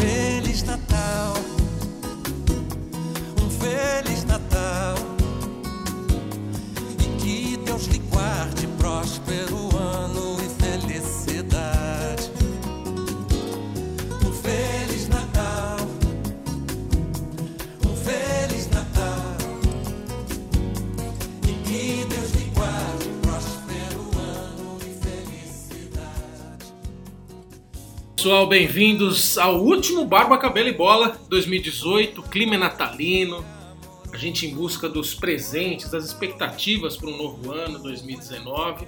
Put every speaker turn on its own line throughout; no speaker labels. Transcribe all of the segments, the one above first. Feliz Natal, um Feliz Natal. E que Deus lhe guarde próspero ano e felicidade. Um Feliz Natal, um Feliz Natal. E que Deus lhe guarde próspero ano e felicidade.
Pessoal, bem-vindos ao último Barba, Cabelo e Bola 2018. O clima é natalino, a gente em busca dos presentes, das expectativas para um novo ano 2019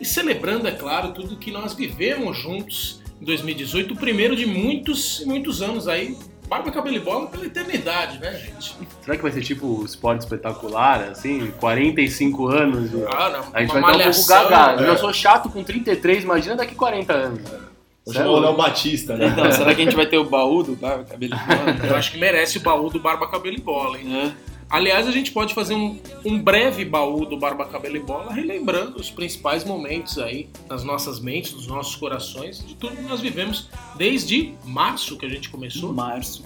e celebrando, é claro, tudo que nós vivemos juntos em 2018, o primeiro de muitos e muitos anos aí. Barba, Cabelo e Bola pela eternidade, né, gente?
Será que vai ser tipo o esporte espetacular, assim? 45 anos? né?
Ah, não,
A gente
uma
vai dar um pouco
malhação,
gaga. Eu
né?
já sou chato com 33, imagina daqui 40 anos.
Hoje é o Léo Batista, né?
Então, será que a gente vai ter o baú do barba, cabelo de bola?
Eu acho que merece o baú do Barba, Cabelo e Bola, hein?
Né?
Aliás, a gente pode fazer um, um breve baú do Barba Cabelo e Bola, relembrando os principais momentos aí nas nossas mentes, nos nossos corações, de tudo que nós vivemos desde março que a gente começou.
março.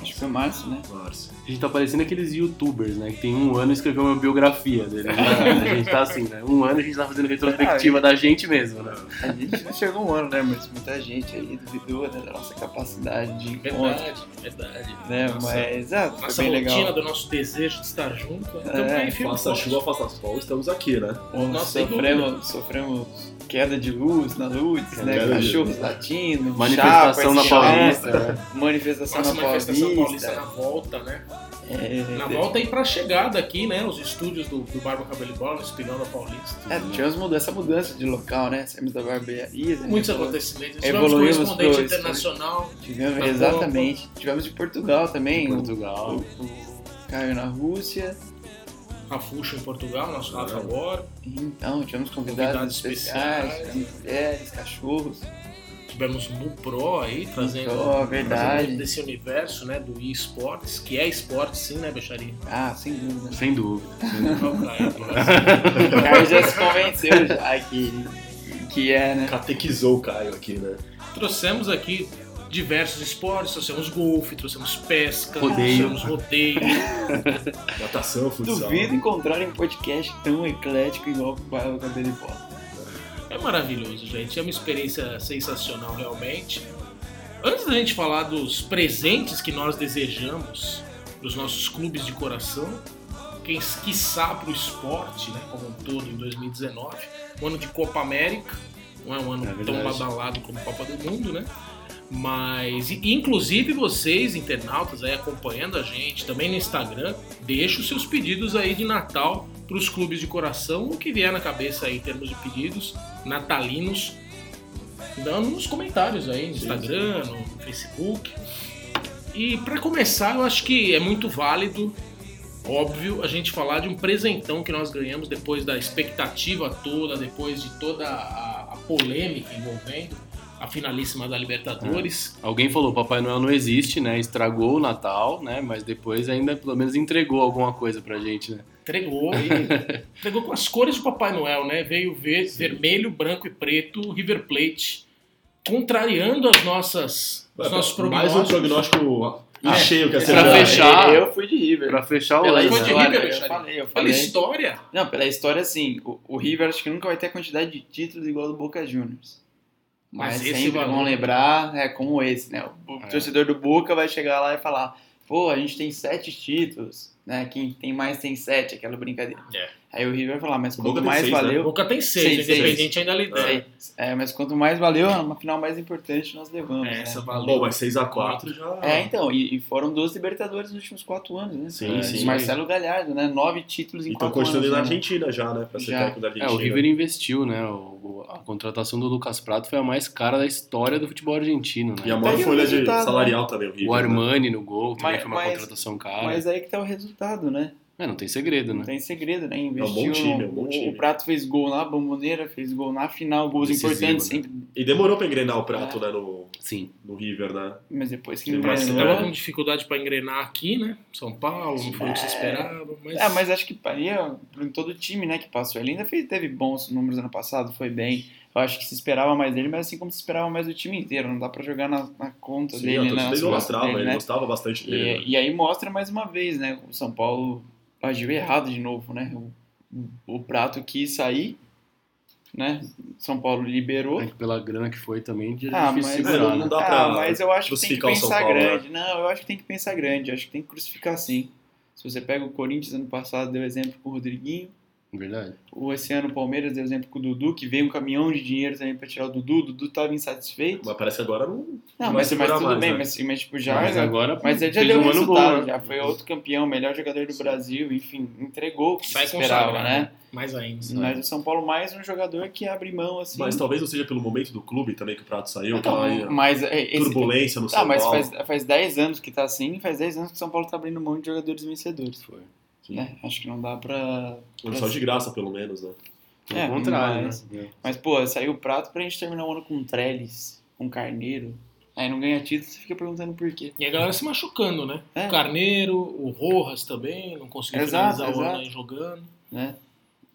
Acho que foi março, né?
A gente tá parecendo aqueles youtubers, né? Que tem um ano e escreveu uma biografia dele. A gente tá assim, né? Um ano a gente tá fazendo retrospectiva da gente mesmo, né?
A gente não chegou um ano, né? Mas muita gente aí duvidou né, da nossa capacidade de encontro,
Verdade, verdade.
né?
Nossa,
Mas, ah, foi
nossa
bem
rotina,
legal.
do nosso desejo de estar junto. né? Então,
É,
aí, filho,
Faça chuva, faça sol, estamos aqui, né?
Bom,
Nossa, sem
sofremos, sofremos queda de luz na luz, né?
Queda de-
Cachorros latindo,
Manifestação na Paulista. né?
manifestação
Nossa
na
manifestação paulista
Paulista.
na volta, né?
É,
Na volta e pra chegada aqui, né? Os estúdios do, do Barba Cabelo e Bola, no Espinão da Paulista.
É, tivemos mudança- essa mudança de local, né? Saímos da barbearia. né?
Muitos acontecimentos. Tivemos
Evoluímos
correspondente
pro-
internacional.
Tivemos,
Na
exatamente. Tivemos de Portugal também. o-
Portugal.
o Caio na Rússia.
a Fuxa em Portugal, nosso Rafa Bora.
Então, tivemos convidados,
Convidados
especiais,
especiais.
tivemos mulheres, cachorros.
Tivemos no Pro aí, trazendo,
Pro, verdade.
trazendo desse universo né, do eSports, que é esportes sim, né, Bexaria?
Ah, sem dúvida.
Sem dúvida.
é
O Caio já se convenceu já que, que é, né?
Catequizou o Caio aqui, né?
Trouxemos aqui diversos esportes, trouxemos golfe, trouxemos pesca,
Rodeio.
trouxemos rodeio.
Natação, futsal.
Duvido encontrar um podcast tão eclético igual o Barba Cabelo e Bola.
É maravilhoso, gente. É uma experiência sensacional, realmente. Antes da gente falar dos presentes que nós desejamos para os nossos clubes de coração, quem esquiçá para o esporte né, como um todo em 2019, um ano de Copa América, não é um ano
É verdade.
tão badalado como Copa do Mundo, né? Mas, e- inclusive vocês, internautas, aí acompanhando a gente, também no Instagram, deixa os seus pedidos aí de Natal para os clubes de coração, o que vier na cabeça aí em termos de pedidos natalinos, dando nos comentários aí no Instagram, no Facebook. E para começar, eu acho que é muito válido, óbvio, a gente falar de um presentão que nós ganhamos depois da expectativa toda, depois de toda a, a polêmica envolvendo a finalíssima da
É.
Libertadores.
Alguém falou, Papai Noel não existe, né? Estragou o Natal, né? Mas depois ainda pelo menos entregou alguma coisa pra gente, né?
Entregou e entregou com as cores do Papai Noel, né? Veio ver vermelho, branco e preto, o River Plate, contrariando as nossas, os nossos
Mais
prognósticos.
um prognóstico
É,
cheio que a
pra
semana.
fechar.
Eu fui de River.
Pra fechar o
Pela
ano. né?
Foi de
história,
River,
eu
Alexandre?
falei, eu
Pela
falei.
história,
Não, pela história, assim, o, o River acho que nunca vai ter a quantidade de títulos igual ao do Boca Juniors. Mas,
Mas esse
sempre
valor-
vão lembrar, é como esse, né? O, o
É.
torcedor do Boca vai chegar lá e falar, pô, a gente tem sete títulos, né? Quem tem mais tem sete, aquela brincadeira.
É.
Aí o River vai falar, mas
O
quanto
Boca tem
mais
seis, né?
o
valeu...
Boca tem seis,
Seis,
o Independente ainda lidera.
sei, É, mas quanto mais valeu, é uma final mais importante nós levamos, né?
É, Essa
Bom,
valeu.
mas 6x4 já.
É, então, e, e foram duas Libertadores nos últimos quatro anos, né?
Sim,
É,
sim.
de Marcelo Galhardo, né? Nove títulos em
E estão
quatro anos.
construindo Então, na
né?
Argentina já, né? Pra ser
Já.
técnico da
É,
Argentina.
o River investiu, né? O- o- a contratação do Lucas Prato foi a mais cara da história do futebol argentino, né?
E a maior né?
Tá aí o
folha de
resultado,
salarial também, o River.
O Armani no gol também
Mas-
foi uma
mas-
contratação cara.
Mas aí que tá o resultado, né?
É, não tem segredo,
Não
né?
tem segredo, né?
bom
Investiu.
time, é um bom
o-
time.
O Prato fez gol na bomboneira, fez gol na final, gols
Decisivo,
importantes,
né?
sempre-
E demorou pra engrenar o
É.
prato, né? No,
Sim.
no River, né?
mas depois que
Sim, mas
Você
engrenou.
tava com dificuldade pra engrenar aqui, né? São Paulo, não foi
É.
o que se esperava, mas...
Ah, mas acho que aí, ó, em todo o time, né, que passou. Ele ainda fez, teve bons números ano passado, foi bem. Eu acho que se esperava mais dele, mas assim como se esperava mais do time inteiro. Não dá pra jogar na, na conta
Sim,
dele,
a
né?
torcida
nas
idolatrava,
costas dele,
ele
né?
gostava bastante dele. né?
E, e aí mostra mais uma vez, né? O São Paulo agiu errado de novo, né? O, o Prato quis sair, né? São Paulo liberou.
É que pela grana que foi também, é
Ah, mas,
difícil
É,
segurar,
não
né?
dá
ah,
pra
mas eu acho que tem que
crucificar o São
pensar
Paulo, né?
grande. Não, eu acho que tem que pensar grande. Acho que tem que crucificar sim. Se você pega o Corinthians ano passado, deu exemplo com o Rodriguinho.
É Verdade.
O esse ano o Palmeiras deu exemplo com o Dudu, que veio um caminhão de dinheiro também pra tirar o Dudu. O Dudu tava insatisfeito.
Mas parece que agora não.
Não,
vai
mas, mas
segurar
tudo
mais,
bem,
né?
mas, mas tipo, já.
mas agora
Mas ele já
fez
deu
um ano bom,
resultado,
né?
já foi outro campeão, melhor jogador do Brasil, enfim, entregou o que se
Sai
esperava,
consagrado,
né?
Mais ainda.
Mas o São Paulo mais um jogador que abre mão, assim.
Mas talvez não seja pelo momento do clube também que o Prato saiu,
Então,
aquela aí,
mas é, esse
turbulência no São
Ah, mas
Paulo.
faz, faz 10 anos que tá assim, faz 10 anos que o São Paulo tá abrindo mão de jogadores vencedores.
Foi.
Né? Acho que não dá pra.
Não Só de graça, pelo menos, né?
Pelo
É,
contrário,
mas-
né?
Mas, pô, saiu o prato pra gente terminar o ano com Trellis, com Carneiro. Aí não ganha título, você fica perguntando por quê.
E a galera se machucando, né?
É.
O Carneiro, o Rojas também, não conseguiu
Exato,
finalizar o ano
exato.
aí jogando.
Né?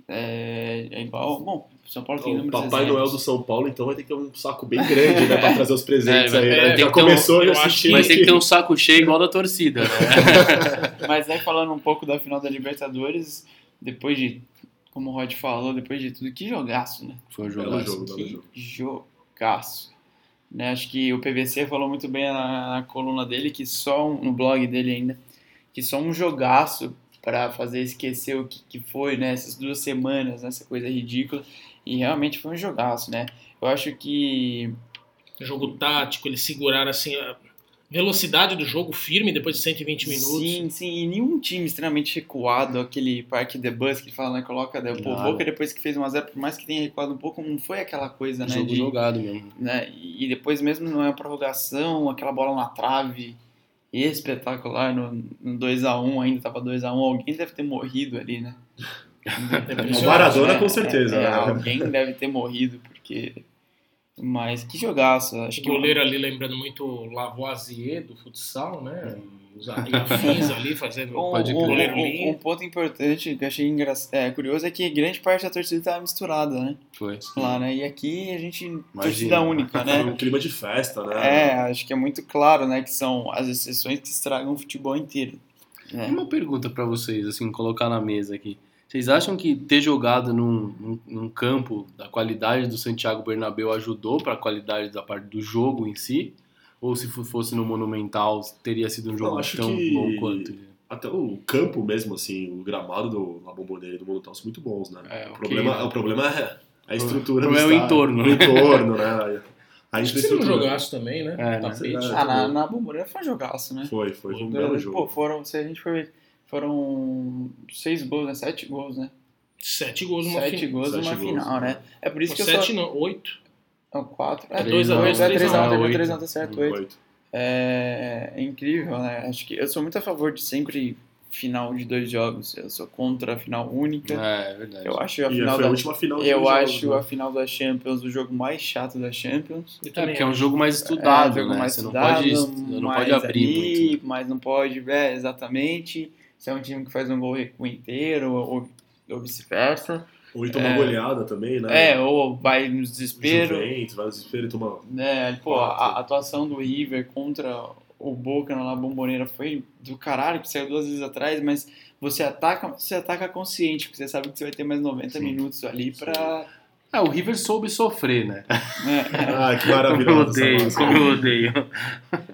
É, é igual. Bom, o São Paulo tem
O
números
Papai
exemplos.
Noel do São Paulo, então, vai ter que ter um saco bem grande, né? Pra trazer os presentes
É,
aí,
vai-
né?
é, tem
Já
que ter um-
começou
eu
já
acho
assistindo.
que-
Mas tem que ter um saco cheio igual da torcida, né?
Mas aí falando um pouco da final da Libertadores, depois de, como o Rod falou, depois de tudo, que jogaço, né?
Foi um
Belo
jogo.
jogo, belo
Que
jogo.
jogaço. Né, acho que o PVC falou muito bem na, na coluna dele, que só um, no blog dele ainda, que só um jogaço para fazer esquecer o que, que foi, né? Essas duas semanas, né, essa coisa ridícula. E realmente foi um jogaço, né? Eu acho que
Jogo tático, eles seguraram assim a velocidade do jogo firme depois de 120 minutos.
Sim, sim, e nenhum time extremamente recuado, aquele parque de bus que fala, né, coloca, né, pô, o
Nada.
Boca depois que fez 1x0, por mais que tenha recuado um pouco, não foi aquela coisa, né,
um Jogo
de-
jogado mesmo.
né, e depois mesmo não é prorrogação, aquela bola na trave, espetacular, no, no 2x1 ainda, tava 2x1, alguém deve ter morrido ali, né.
É
O
impressionante.
Maradona,
É,
com certeza.
é,
né?
Alguém deve ter morrido, porque... Mas que jogaço, acho
O
que...
goleiro ali lembrando muito o Lavoisier do futsal, né? Os afins ali fazendo.
Um,
Pode
um-
crer.
Goleiro
um-
limpo.
um ponto importante que eu achei engra- é, curioso é que grande parte da torcida estava misturada, né?
Foi.
Lá, né? E aqui a gente. Torcida única,
Foi
né?
Um clima de festa, né?
É, acho que é muito claro, né? Que são as exceções que estragam o futebol inteiro. né?
Uma pergunta pra vocês, assim, colocar na mesa aqui. Vocês acham que ter jogado num, num- num campo da qualidade do Santiago Bernabéu ajudou pra qualidade da parte do jogo em si? Ou se fo- fosse no Monumental, teria sido um jogo
acho
tão
que-
bom quanto?
Até o campo mesmo, assim, o gramado do La Bombonera e do Molotov são muito bons, né?
É,
o,
ok,
problema,
né?
o problema é a estrutura
O problema é o
do estádio.
entorno, né?
O entorno, né?
Acho
A
que seria um
infraestrutura.
jogaço também, né?
É, né?
Tapete.
Sei lá.
Ah, na, na Bombonera foi um jogaço, né?
Foi, Tá foi um
Pô,
belo jogo.
foram, se a gente for ver, foram seis gols, né? Sete gols, né?
Sete gols numa
Sete
final.
gols
Sete
numa
gols,
final, né? É por isso que eu
Sete
só.
não, oito.
Não, quatro.
É
É,
dois a dois,
é
três a
três a um,
um,
teve
oito.
três a um, tá certo, oito.
Oito.
É, é incrível, né? Acho que eu sou muito a favor de sempre final de dois jogos. Eu sou contra a final única.
É, é verdade.
Eu acho a
E
final
foi a
da,
última final de
eu
jogos,
acho
né?
a final da Champions o jogo mais chato da Champions.
Eu
É,
também
porque é um
acho.
jogo mais
É,
estudado,
jogo
né?
mais
Você
estudado,
não pode, não
mais
pode abrir
ali,
muito. né?
mas não pode, é, exatamente. Se é um time que faz um gol recuo inteiro ou, ou vice-versa.
Oito então uma goleada também, né?
É, ou vai no desespero.
Juventus, vai no desespero e toma
né? Pô, a a atuação do River contra o Boca na La Bombonera foi do caralho, que saiu duas vezes atrás, mas você ataca, você ataca consciente, porque você sabe que você vai ter mais 90
Sim.
minutos ali pra.
Ah, o River soube sofrer, né?
né?
Ah, que
Como eu
maravilhosa essa
odeio,
massa.
como eu odeio.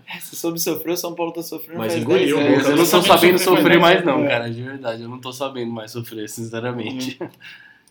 É, Você soube sofrer, o São Paulo tá sofrendo
Mas
faz
engoliu
10
o
Mas
anos.
Boca.
eu não tô sabendo sofrer mais, né? não,
É.
cara, de verdade. Eu não tô sabendo mais sofrer, sinceramente.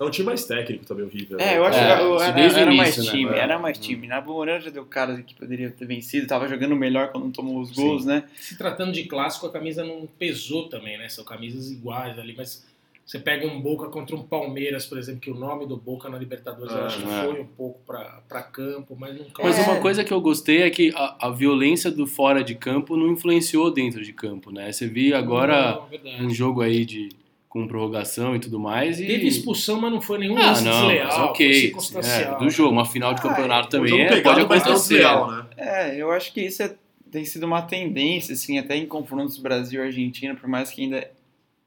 É um time mais técnico também, né? tá? o River.
É, eu acho
É,
que eu-
isso
era,
desde o
era
início,
mais
né?
time,
É.
era mais time. Na Bombonera já deu caras que poderia ter vencido, tava jogando melhor quando tomou os gols, né?
Se tratando de clássico, a camisa não pesou também, né? São camisas iguais ali, mas você pega um Boca contra um Palmeiras, por exemplo, que o nome do Boca na Libertadores eu
Ah,
acho que
é.
foi um pouco pra, pra campo, mas não
Mas
É.
uma coisa que eu gostei é que a, a violência do fora de campo não influenciou dentro de campo, né? Você viu agora
Não, é verdade.
um jogo aí de com prorrogação e tudo mais e
Teve expulsão, mas não foi nenhum
ah,
lance
não, mas
desleal, foi
ok,
circunstancial.
é, do jogo, uma final de
Ah,
campeonato
O
também
jogo
é,
pegado
pode
é mais
acontecer.
industrial, né?
É, eu acho que isso é- tem sido uma tendência, assim, até em confrontos Brasil-Argentina, por mais que ainda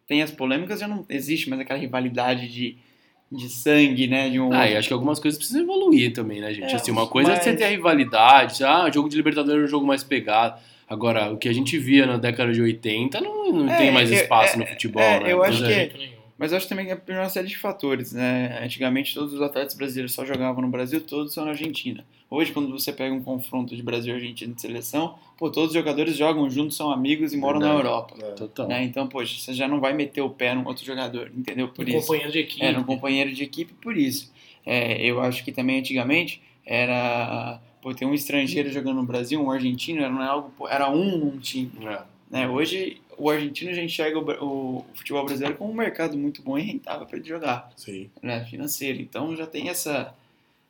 tenha as polêmicas, já não existe mais aquela rivalidade de de sangue, né? De um
Ah, e acho que algumas coisas precisam evoluir também, né, gente?
É,
assim, uma coisa é você
mas-
ter a rivalidade, ah, jogo de Libertadores é um jogo mais pegado. Agora, o que a gente via na década de 80 não, não
É,
tem mais
eu-
espaço
é,
no futebol,
é,
né?
eu
Mas
acho
é-
de
que-
jeito nenhum.
Mas eu acho também que é por uma série de fatores, né? Antigamente todos os atletas brasileiros só jogavam no Brasil, todos só na Argentina. Hoje, quando você pega um confronto de Brasil e Argentina de seleção, pô, todos os jogadores jogam juntos, são amigos e moram na
Verdade.
Europa.
Total. É,
Né? Então, poxa, você já não vai meter o pé num outro jogador, entendeu? Por
Um
isso.
companheiro de equipe.
Era um companheiro de equipe por isso. É, eu acho que também antigamente era pô, ter um estrangeiro jogando no Brasil, um argentino, era, não é algo, pô, era um num time.
É.
Né? Hoje o argentino já enxerga o, bra- o futebol brasileiro como um mercado muito bom e rentável para ele jogar,
Sim.
né? financeiro. Então já tem essa,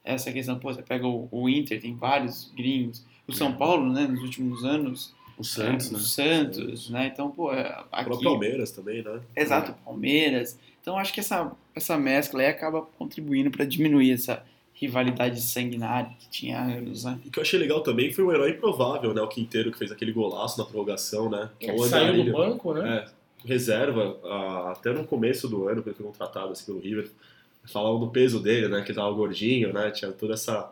essa questão. Pô, você pega o, o Inter, tem vários gringos. O São Paulo, né, nos últimos anos.
O Santos,
é, o
né?
Santos, né? Então, pô, é,
O
aqui,
próprio Palmeiras também, né?
Exato, Palmeiras. Então acho que essa, essa mescla aí acaba contribuindo para diminuir essa rivalidade sanguinária que tinha há anos, né?
E o que eu achei legal também foi o herói improvável, né? O Quinteiro que fez aquele golaço na prorrogação, né?
Ele
O
É, saiu do
Andarilho,
banco, né?
É, reserva, ah, até no começo do ano, quando ele foi contratado assim, pelo River, falavam do peso dele, né? Que ele tava gordinho, né? Tinha toda essa,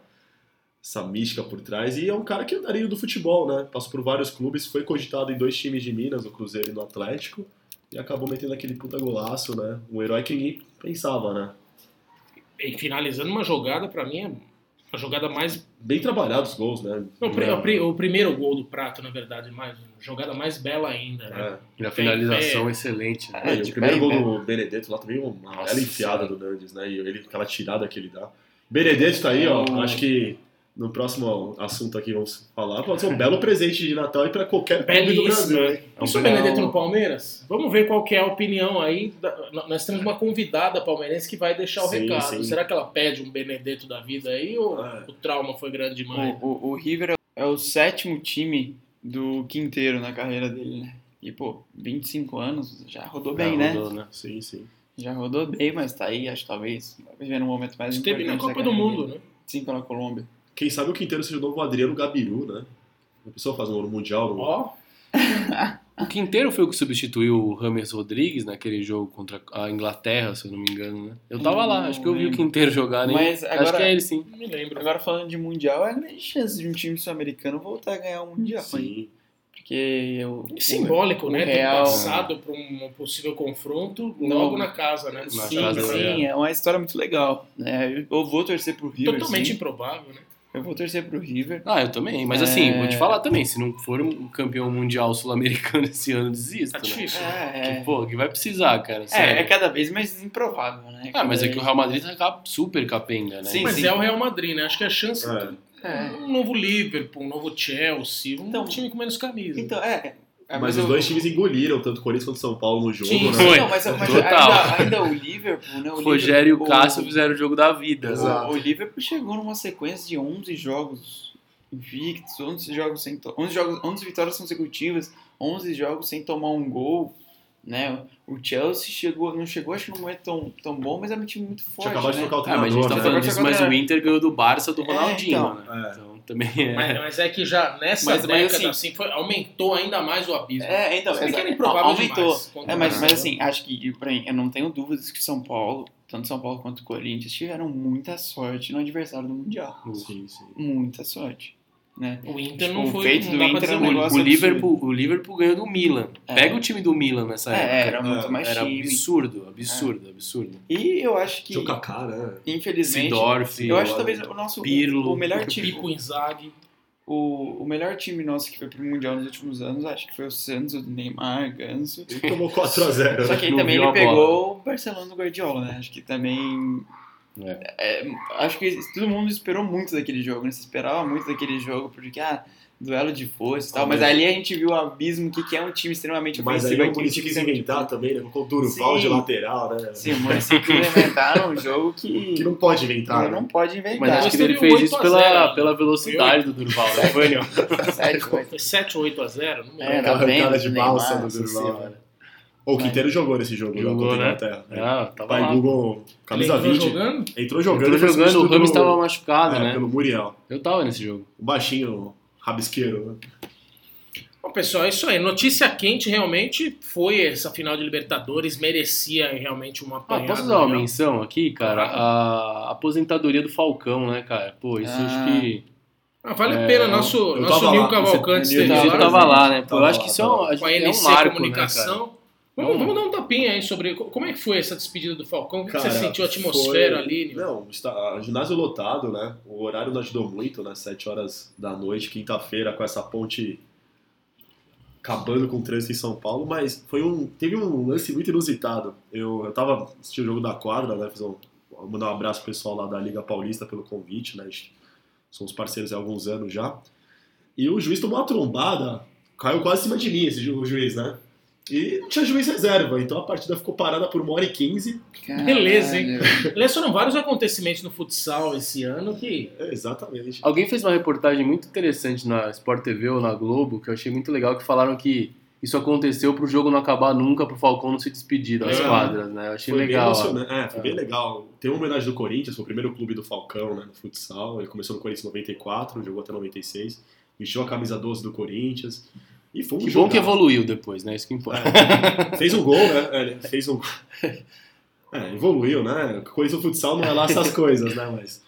essa mística por trás. E é um cara que é andarilho do futebol, né? Passou por vários clubes, foi cogitado em dois times de Minas, no Cruzeiro e no Atlético. E acabou metendo aquele puta golaço, né? Um herói que ninguém pensava, né?
E finalizando uma jogada, pra mim, é a jogada mais.
Bem trabalhado os gols, né?
Não, o pri-
Não.
o pri- o primeiro gol do Prato, na verdade, mais jogada mais bela ainda, né?
É.
E a finalização excelente. né?
É,
É, e o
de
primeiro
pé
gol
em pé.
do Benedetto lá também, uma
Nossa
bela enfiada
senhora.
do Nandes, né? E ele, aquela tirada que ele dá. Benedetto tá aí, ó.
É o-
Acho que no próximo assunto aqui vamos falar. Pode ser um belo presente de Natal e pra qualquer clube do
Belíssimo.
Brasil,
né?
hein?
É um
E sobre o
belo-
Benedetto no Palmeiras? Vamos ver qual que é a opinião aí. da- n- Nós temos uma convidada palmeirense que vai deixar o
Sim,
recado.
sim.
Será que ela pede um Benedetto da vida aí ou
É.
o trauma foi grande demais?
O, o, o River é o- é o sétimo time do Quinteiro na carreira dele, né? E, pô, 25 anos, já rodou bem,
Já
né?
rodou,
Sim, sim.
Já rodou bem, mas tá aí, acho que talvez, vivendo um momento mais
Esteve na
importante da
Copa do
carreira
Mundo,
dele.
né?
Sim, pela Colômbia.
Quem sabe o Quinteiro seja o novo Adriano Gabiru, né? A pessoa faz um ouro mundial. No...
Ó,
O Quinteiro foi o que substituiu o Rames Rodrigues naquele jogo contra a Inglaterra, se eu não me engano, né? Eu tava lá,
Não
acho que eu vi o
lembro.
Quinteiro jogar, né?
Mas
Acho
agora-
que é ele sim.
não me lembro.
Agora, falando de Mundial, é a grande chance de um time sul-americano voltar a ganhar o Mundial, hein?
Sim.
Porque eu,
Simbólico,
o
né? Ter
Real-
passado para um possível confronto
Não.
logo na casa, né?
Sim,
casa
pra-
dele.
sim, é uma história muito legal. Né? Eu- Eu vou torcer pro River.
Totalmente
sim.
improvável, né?
Eu vou torcer pro River.
Ah, eu também. Mas assim, vou te falar também, se não for um campeão mundial sul-americano esse ano, desisto,
Tá
né?
difícil. né?
É,
Que,
é.
pô, que vai precisar, cara.
É,
sério.
é cada vez mais improvável, né?
Ah, mas é que o
Cada
Real Madrid tá cap- super capenga, né?
Sim,
Mas
sim.
é o Real Madrid, né? Acho que a chance
É.
vez- é.
um novo Liverpool, um novo Chelsea, um
Então-
time com menos camisa.
Então, é. é,
Mas
eu-
os dois times engoliram, tanto o Corinthians quanto o São Paulo no jogo,
Sim,
né?
sim.
Foi.
Não, mas, mas
Total.
ainda, ainda o Liverpool, né? O
O Rogério e o
Liverpool-
Cássio fizeram o jogo da vida. né?
Exato.
O, o Liverpool chegou numa sequência de 11 jogos invictos, 11, jogos sem to- 11, jogos, 11 vitórias consecutivas, 11 jogos sem tomar um gol. Né? O Chelsea chegou, não chegou, acho que não é tão, tão bom, mas é um time muito
Tinha
forte.
acabado de
né?
trocar o
Ah, mas a gente
treinador,
tá
né?
falando disso, mas o Inter ganhou do Barça do
É,
Ronaldinho,
então.
né?
É.
Então também é.
Mas, mas é que já nessa
Mas- mas
década,
assim-
assim, foi- aumentou ainda mais o abismo.
É, então,
Se bem que era
exa-
improvável
aumentou.
demais.
É, mas, mas assim, acho que pra mim, eu não tenho dúvidas que São Paulo, tanto São Paulo quanto o Corinthians, tiveram muita sorte no adversário do Mundial.
Sim, sim.
Muita sorte. Né?
O Inter
Tipo,
não
o
foi...
feito
não dá
do
pra
Inter
dizer
é um
muito.
negócio
O Liverpool, o Liverpool ganhou do Milan.
É.
Pega o time do Milan nessa
É,
época.
era muito mais
Era
time.
absurdo, absurdo, absurdo.
E eu acho que,
Tinha o Kaká, né?
infelizmente,
Sidorf,
eu acho talvez o nosso
Pirlo,
o melhor time,
Pipo Inzaghi.
o, o melhor time nosso que foi pro mundial nos últimos anos, acho que foi o Santos, o Neymar, Ganso.
Ele tomou 4x0,
Só
né?
que aí
Não
também
viu
ele
a bola.
pegou o Barcelona do Guardiola, né? Acho que também é, acho que todo mundo esperou muito daquele jogo, né? Se esperava muito daquele jogo, porque, ah, duelo de força e
Ah,
tal. Mas
mas-
ali a gente viu o abismo que, que é um time extremamente
Mas
ofensivo. é
aí o
aquele
Corinthians
time
quis
extremamente-
inventar também, né? Colocou o Durval de
Sim.
lateral, né?
Sim, o Muricy inventar um jogo que,
Que não pode
não,
inventar, né?
pode inventar.
Mas acho que
Mas
ele
teve
fez
8
isso
a
pela,
0.
pela velocidade do Durval, né? Foi, Leon?
tipo, Sério, foi.
Foi 7 ou 8 a 0? Não me lembro.
É, tá
Aquela
vendo?
cara de
Neymar,
balsa do
Nossa
Durval. né?
senhora.
Ou o Quinteiro jogou nesse jogo,
Jogou,
jogou,
né?
né? Inglaterra. né?
Ah, tava
Pai
lá.
Google, camisa
Ele entrou
20.
jogando?
Entrou
Jogando,
jogando, ele foi
jogando, o
substituído
Ramos
pelo-
tava machucado,
é,
né?
pelo Muriel.
Eu tava nesse jogo.
O baixinho, o rabisqueiro. né?
Mas pessoal, é isso aí. Notícia quente realmente foi essa final de Libertadores, merecia realmente uma
Ah,
apanhada. né?
posso dar uma
melhor.
menção aqui, cara?
Claro.
A aposentadoria do Falcão, né, cara? Pô, isso
Ah.
acho que.
Ah, vale a
É,
pena,
eu-
nosso,
eu
nosso
tava
Nil
lá,
Cavalcante
você-
Eu
esteve
Nil
lá,
Tava
tava lá, é né? Pô,
Tava
eu acho
lá,
que isso é
tava
um, acho
com
que
a
é um
NC
marco, Né,
Comunicação.
É
Vamos,
um-
vamos dar um tapinha aí sobre co- como é que foi essa despedida do Falcão, o que que você
Cara,
sentiu a atmosfera
foi-
ali? né? Nil?
Não, está, ah, ginásio lotado, né? O horário não ajudou muito, né? Sete horas da noite, quinta-feira, com essa ponte acabando com o trânsito em São Paulo, mas foi um, teve um lance muito inusitado. Eu, eu tava assistindo o jogo da quadra, né? Fiz um, mandar um abraço pro pessoal lá da Liga Paulista pelo convite, né? A gente- Somos parceiros há alguns anos já. E o juiz tomou uma trombada, caiu quase em cima de mim esse ju- o juiz, né? E não tinha juiz reserva, então a partida ficou parada por uma hora e quinze.
Beleza, hein?
Caralho.
Lecionam vários acontecimentos no futsal esse ano que
É, exatamente.
Alguém fez uma reportagem muito interessante na Sport TV ou na Globo, que eu achei muito legal, que falaram que isso aconteceu pro jogo não acabar nunca, pro Falcão não se despedir das
É.
quadras, né? Eu achei
Foi bem
legal. ó.
emocionante. É, foi bem legal. Tem uma homenagem do Corinthians, foi o primeiro clube do Falcão, né, no futsal. Ele começou no Corinthians em 94, jogou até 96, vestiu a camisa 12 do Corinthians. E foi um
Que bom
jogo.
que evoluiu depois, né? Isso que importa.
Fez um gol, né? É, ele fez um É, evoluiu, né? Coisa do futsal não é lá essas coisas, né, mas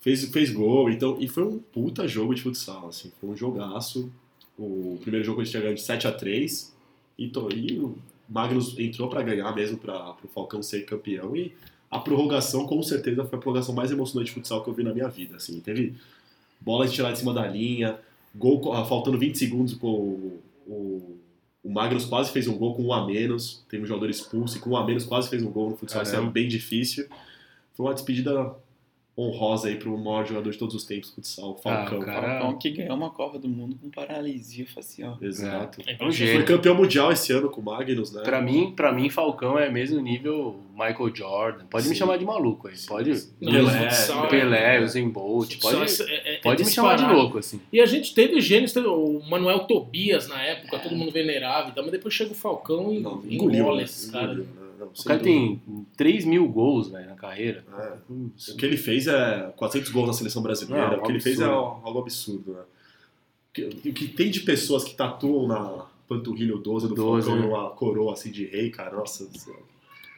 fez fez gol, então, e foi um puta jogo de futsal, assim, foi um jogaço. O primeiro jogo a gente tinha ganho de 7 a 3 e, to- e o Magnus entrou pra ganhar mesmo para o Falcão ser campeão e a prorrogação com certeza foi a prorrogação mais emocionante de futsal que eu vi na minha vida, assim. Teve bola de tirar de cima da linha, gol co- ah, faltando 20 segundos com o, o o Magnus quase fez um gol com um a menos, teve um jogador expulso e com um a menos quase fez um gol no futsal, isso é
Caramba.
bem difícil. Foi uma despedida honrosa aí pro maior jogador de todos os tempos do futsal, É, Falcão.
Ah, cara.
Falcão que ganhou uma Copa do Mundo com paralisia facial.
Exato.
é
um
Foi campeão mundial esse ano com o Magnus, né?
Pra mim, pra mim, Falcão é mesmo nível Michael Jordan. Pode me
Sim.
chamar de maluco aí. Pode.
Não,
Pelé,
futsal,
é-
Pelé, Usain Bolt.
Só
Pode,
essa- é- é- é
pode me chamar de
disparado.
louco, assim.
E a gente teve gênios, teve o Manuel Tobias na época,
É.
todo mundo venerável, e tal, mas depois chega o Falcão e
Não,
engola
né?
esses caras.
Engoliu, né? Não,
O
sem
cara
dúvida.
tem 3 mil gols velho, na carreira.
É. O que ele fez é 400 gols na seleção brasileira.
Não,
o que ele fez é
absurdo.
algo absurdo, né? O que, o que tem de pessoas que tatuam na panturrilha o 12 do
12,
Falcão
né?
uma coroa assim de rei, cara, nossa,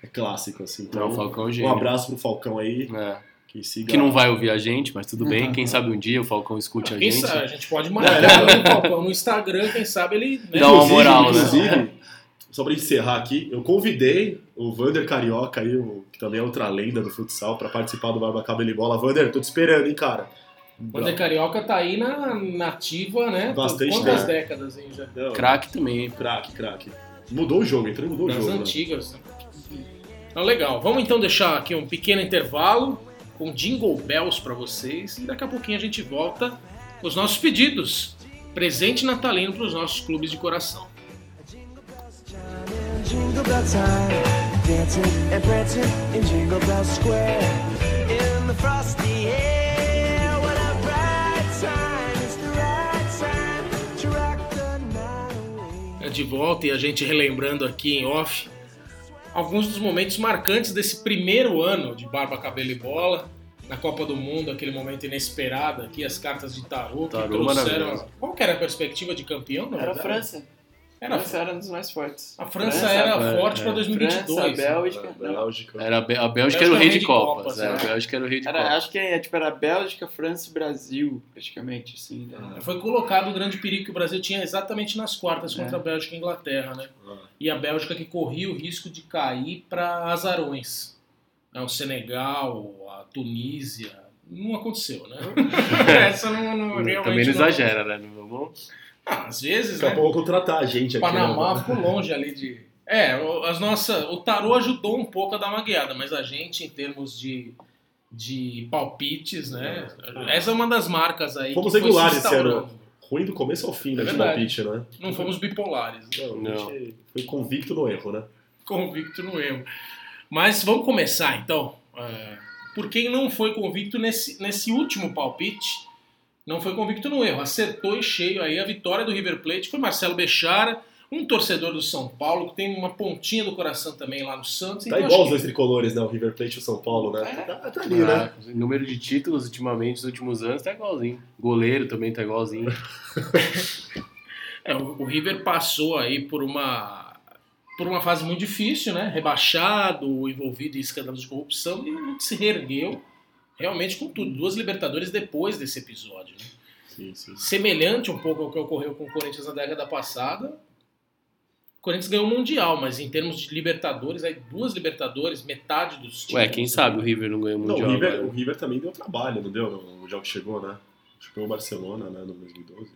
é clássico assim. Então,
Não, o Falcão é um
um
gênio.
abraço pro Falcão aí,
É.
que siga.
Que não vai ouvir a gente, mas tudo bem. Quem sabe um dia o Falcão escute a
Quem
gente.
sabe, a gente pode marcar o Falcão no Instagram, quem sabe ele... né?
Dá uma
Inclusive,
moral, né?
Inclusive, só pra encerrar aqui, eu convidei o Vander Carioca aí, o- que também é outra lenda do futsal, pra participar do Barbacaba e Bola. Vander, tô te esperando, hein, cara. Um
O Wander Carioca tá aí na nativa, né?
Bastante
Quantas
tempo.
décadas hein, já?
Não,
Craque também.
Craque, craque. Mudou o jogo, entrou e mudou o
Das
jogo. né?
antigas. né? Então, legal. Vamos então deixar aqui um pequeno intervalo com jingle bells para vocês e daqui a pouquinho a gente volta com os nossos pedidos. Presente natalino para os nossos clubes de coração.
In jingle bell time, dancing and prancing in Jingle Bell Square. In the frosty air, what a bright time! It's the right time to rock the night away.
É de volta e a gente relembrando aqui em off alguns dos momentos marcantes desse primeiro ano de Barba, Cabelo e Bola. Na Copa do Mundo, aquele momento inesperado aqui, as cartas de tarô que
Tarô
trouxeram.
maravilhoso.
Qual que era a perspectiva de campeão? na
Era a
verdade?
França.
Era
Era
a
a França era um dos mais fortes.
A França era
França,
forte
é.
para 2022.
França,
né? É.
Bélgica.
Da
não.
Bélgica.
Era a, Bé- a Bélgica era o rei de Copas.
né?
Era, a Bélgica era o rei de
Era,
Copas.
acho que é tipo, era Bélgica, França e Brasil, praticamente, assim. né?
Ah,
Foi colocado o grande perigo que o Brasil tinha exatamente nas quartas contra a Bélgica e a Inglaterra, né?
ah.
E a Bélgica que corria o risco de cair para azarões. Né? O Senegal, a Tunísia. Não aconteceu, né? Essa não, não realmente.
Também não
não-
exagera, né? Não vamos...
Ah, às vezes,
Daqui a
né?
pouco eu vou contratar a gente aqui.
Panamá
né?
ficou longe ali de. É, o- as nossas, o tarô ajudou um pouco a dar uma guiada, mas a gente, em termos de, de palpites, né? Essa é uma das marcas aí.
Fomos
que foi se
regulares esse ano.
instaurando.
Ruim do começo ao fim, né?
É
de
verdade.
palpite, né?
Não fomos bipolares, né?
a gente Foi convicto no erro, né?
convicto no erro. Mas vamos começar então. É, por quem não foi convicto nesse, nesse último palpite, não foi convicto no erro. Acertou em cheio aí a vitória do River Plate. Foi Marcelo Bechara, um torcedor do São Paulo, que tem uma pontinha do coração também lá no Santos.
Tá
Então,
igual
acho
os
que-
dois tricolores, né? O River Plate e o São Paulo, né?
É.
Tá, tá ali, né?
Ah, o número de títulos ultimamente, nos últimos anos, tá igualzinho. Goleiro também tá igualzinho.
É, o, o River passou aí por uma por uma fase muito difícil, né? Rebaixado, envolvido em escândalos de corrupção e se reergueu realmente com tudo. Duas Libertadores depois desse episódio. né?
Sim, sim.
Semelhante um pouco ao que ocorreu com o Corinthians na década passada. O Corinthians ganhou o Mundial, mas em termos de Libertadores, aí duas Libertadores, metade dos times.
Ué, quem sabe o River não ganha o
Não,
Mundial né?
o, River,
agora.
o River também deu trabalho, não deu? No jogo que chegou, né? Chegou o Barcelona, né, no 2012.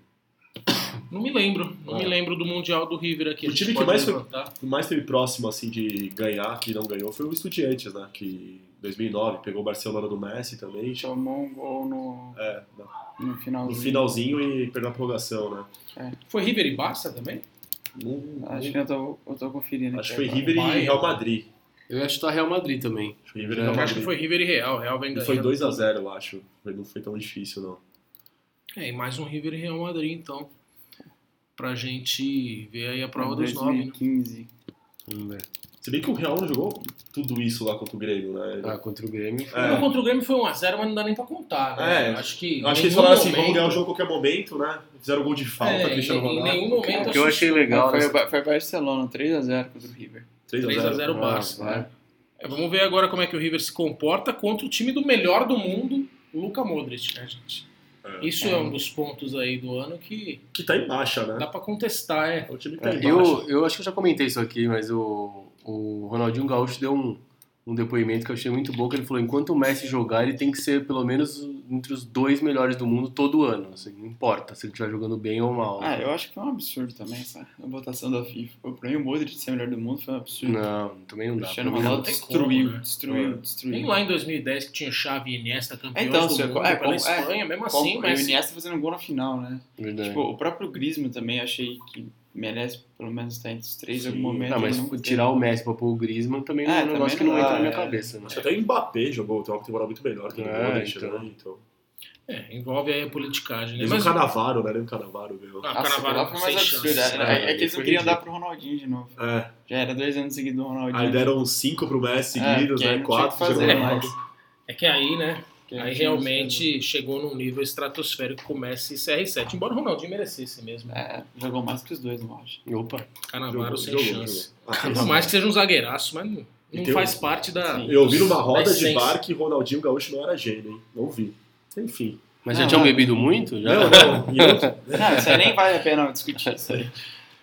Não me lembro. Não
Ah.
É.
me lembro do Mundial do River aqui.
O
A gente
time que
pode
mais foi-
levantar.
O que mais teve próximo, assim, de ganhar, que não ganhou, foi o Estudiantes, né? Que em 2009 pegou o Barcelona do Messi também.
Então.
Tomou um gol no,
É,
no
no
finalzinho.
finalzinho e perdeu a prorrogação, né?
Foi River e Barça também?
Não-
Acho que é eu tô, eu tô conferindo.
acho que
aqui
foi
agora.
River e
Bayern.
Real Madrid.
Eu ia chutar Real Madrid também.
Acho que River e
Eu
Real
Eu acho que
Madrid.
foi River e Real. Real vem
E
ganhando.
foi 2x0, eu acho. Foi- Não foi tão difícil, não.
É, e mais um River e Real Madrid, então. Pra gente ver aí a prova dos nove, né?
2015.
Hum, é.
Se bem que o Real não jogou tudo isso lá contra o Grêmio, né?
Ah, contra o Grêmio.
É.
Não, contra o Grêmio foi 1x0, mas não dá nem pra contar, né?
É,
Eu acho que.
Eu acho
em
que
nenhum
eles falaram assim,
momento-
vamos ganhar o jogo a qualquer momento, né? Fizeram gol de falta,
É,
Cristiano
em, em
Ronaldo.
nenhum momento
O que É, eu achei
assustou.
legal
foi,
nessa-
Ba- foi Barcelona, 3x0 contra o River.
3x0 o
Ah,
Barça.
vai.
né? É, vamos ver agora como é que o River se comporta contra o time do melhor do mundo, o Luka Modric, né, gente?
É.
Isso é um dos pontos aí do ano que
Que tá em baixa, né?
dá pra contestar, é.
É o time que tá
É,
em baixa.
eu, eu acho que eu já comentei isso aqui, mas o, o Ronaldinho Gaúcho deu um, um depoimento que eu achei muito bom, que ele falou, enquanto o Messi jogar, ele tem que ser pelo menos entre os dois melhores do mundo todo ano. assim, não importa se ele estiver jogando bem ou mal.
Ah, eu acho que foi um absurdo também essa votação da FIFA. Pra mim, o Modric ser o melhor do mundo foi um absurdo.
Não, também não
O
dá.
Cristiano
Pra mim
Ronaldo
tem
destruiu,
como, né?
destruiu, destruiu.
Nem lá em 2010 que tinha Xavi e Iniesta campeões
Então,
do
se-
mundo
é,
pela
como- é,
Espanha, mesmo
Como-
assim,
e
mas
o Iniesta fazendo gol na final, né?
não- é verdade.
Tipo, o próprio Griezmann também achei que merece pelo menos estar entre os três em
Sim.
algum momento. né?
não, mas
ele não
tirar o Messi pra pôr o Griezmann também
É,
é um
também
negócio que
não
não entra
dá,
na minha
é.
cabeça. Né?
Acho que até o Mbappé jogou, tem uma temporada muito melhor que o
É,
Modric,
então.
né? Então.
É, envolve aí a politicagem, né?
Mas,
Mas
o Canavaro, né? Nem o Canavaro ganhou.
Ah,
Nossa,
Carnaval,
lá foi é mais
sem
absurdo.
chance.
era- é,
É,
que eles não
foi
queriam
ridículo.
dar pro Ronaldinho de novo.
É,
Já era dois anos seguidos do Ronaldinho.
aí deram cinco pro Messi
É,
seguidos,
que aí
né?
não tinha o que
Quatro pro
fazer
Ronaldo.
mais.
é que aí, né?
Que
Aí
não tinha o que
realmente chegou num nível estratosférico com Messi e CR7. Embora o Ronaldinho merecesse mesmo.
fazer. É, jogou mais que os dois, eu acho.
Opa,
Canavaro
Jogou,
sem
jogou,
chance.
jogou. Ah,
Por mais que seja um zagueiraço, mas não, não
Então,
faz parte da.
sim.
Eu ouvi numa
da
roda de
essência.
bar que Ronaldinho Gaúcho não era gênio, hein? Não vi. Enfim.
mas
Não,
já
é.
tinham
não.
bebido muito? Já?
Não, não. E eu-
Não, isso aí nem vale a pena discutir isso aí.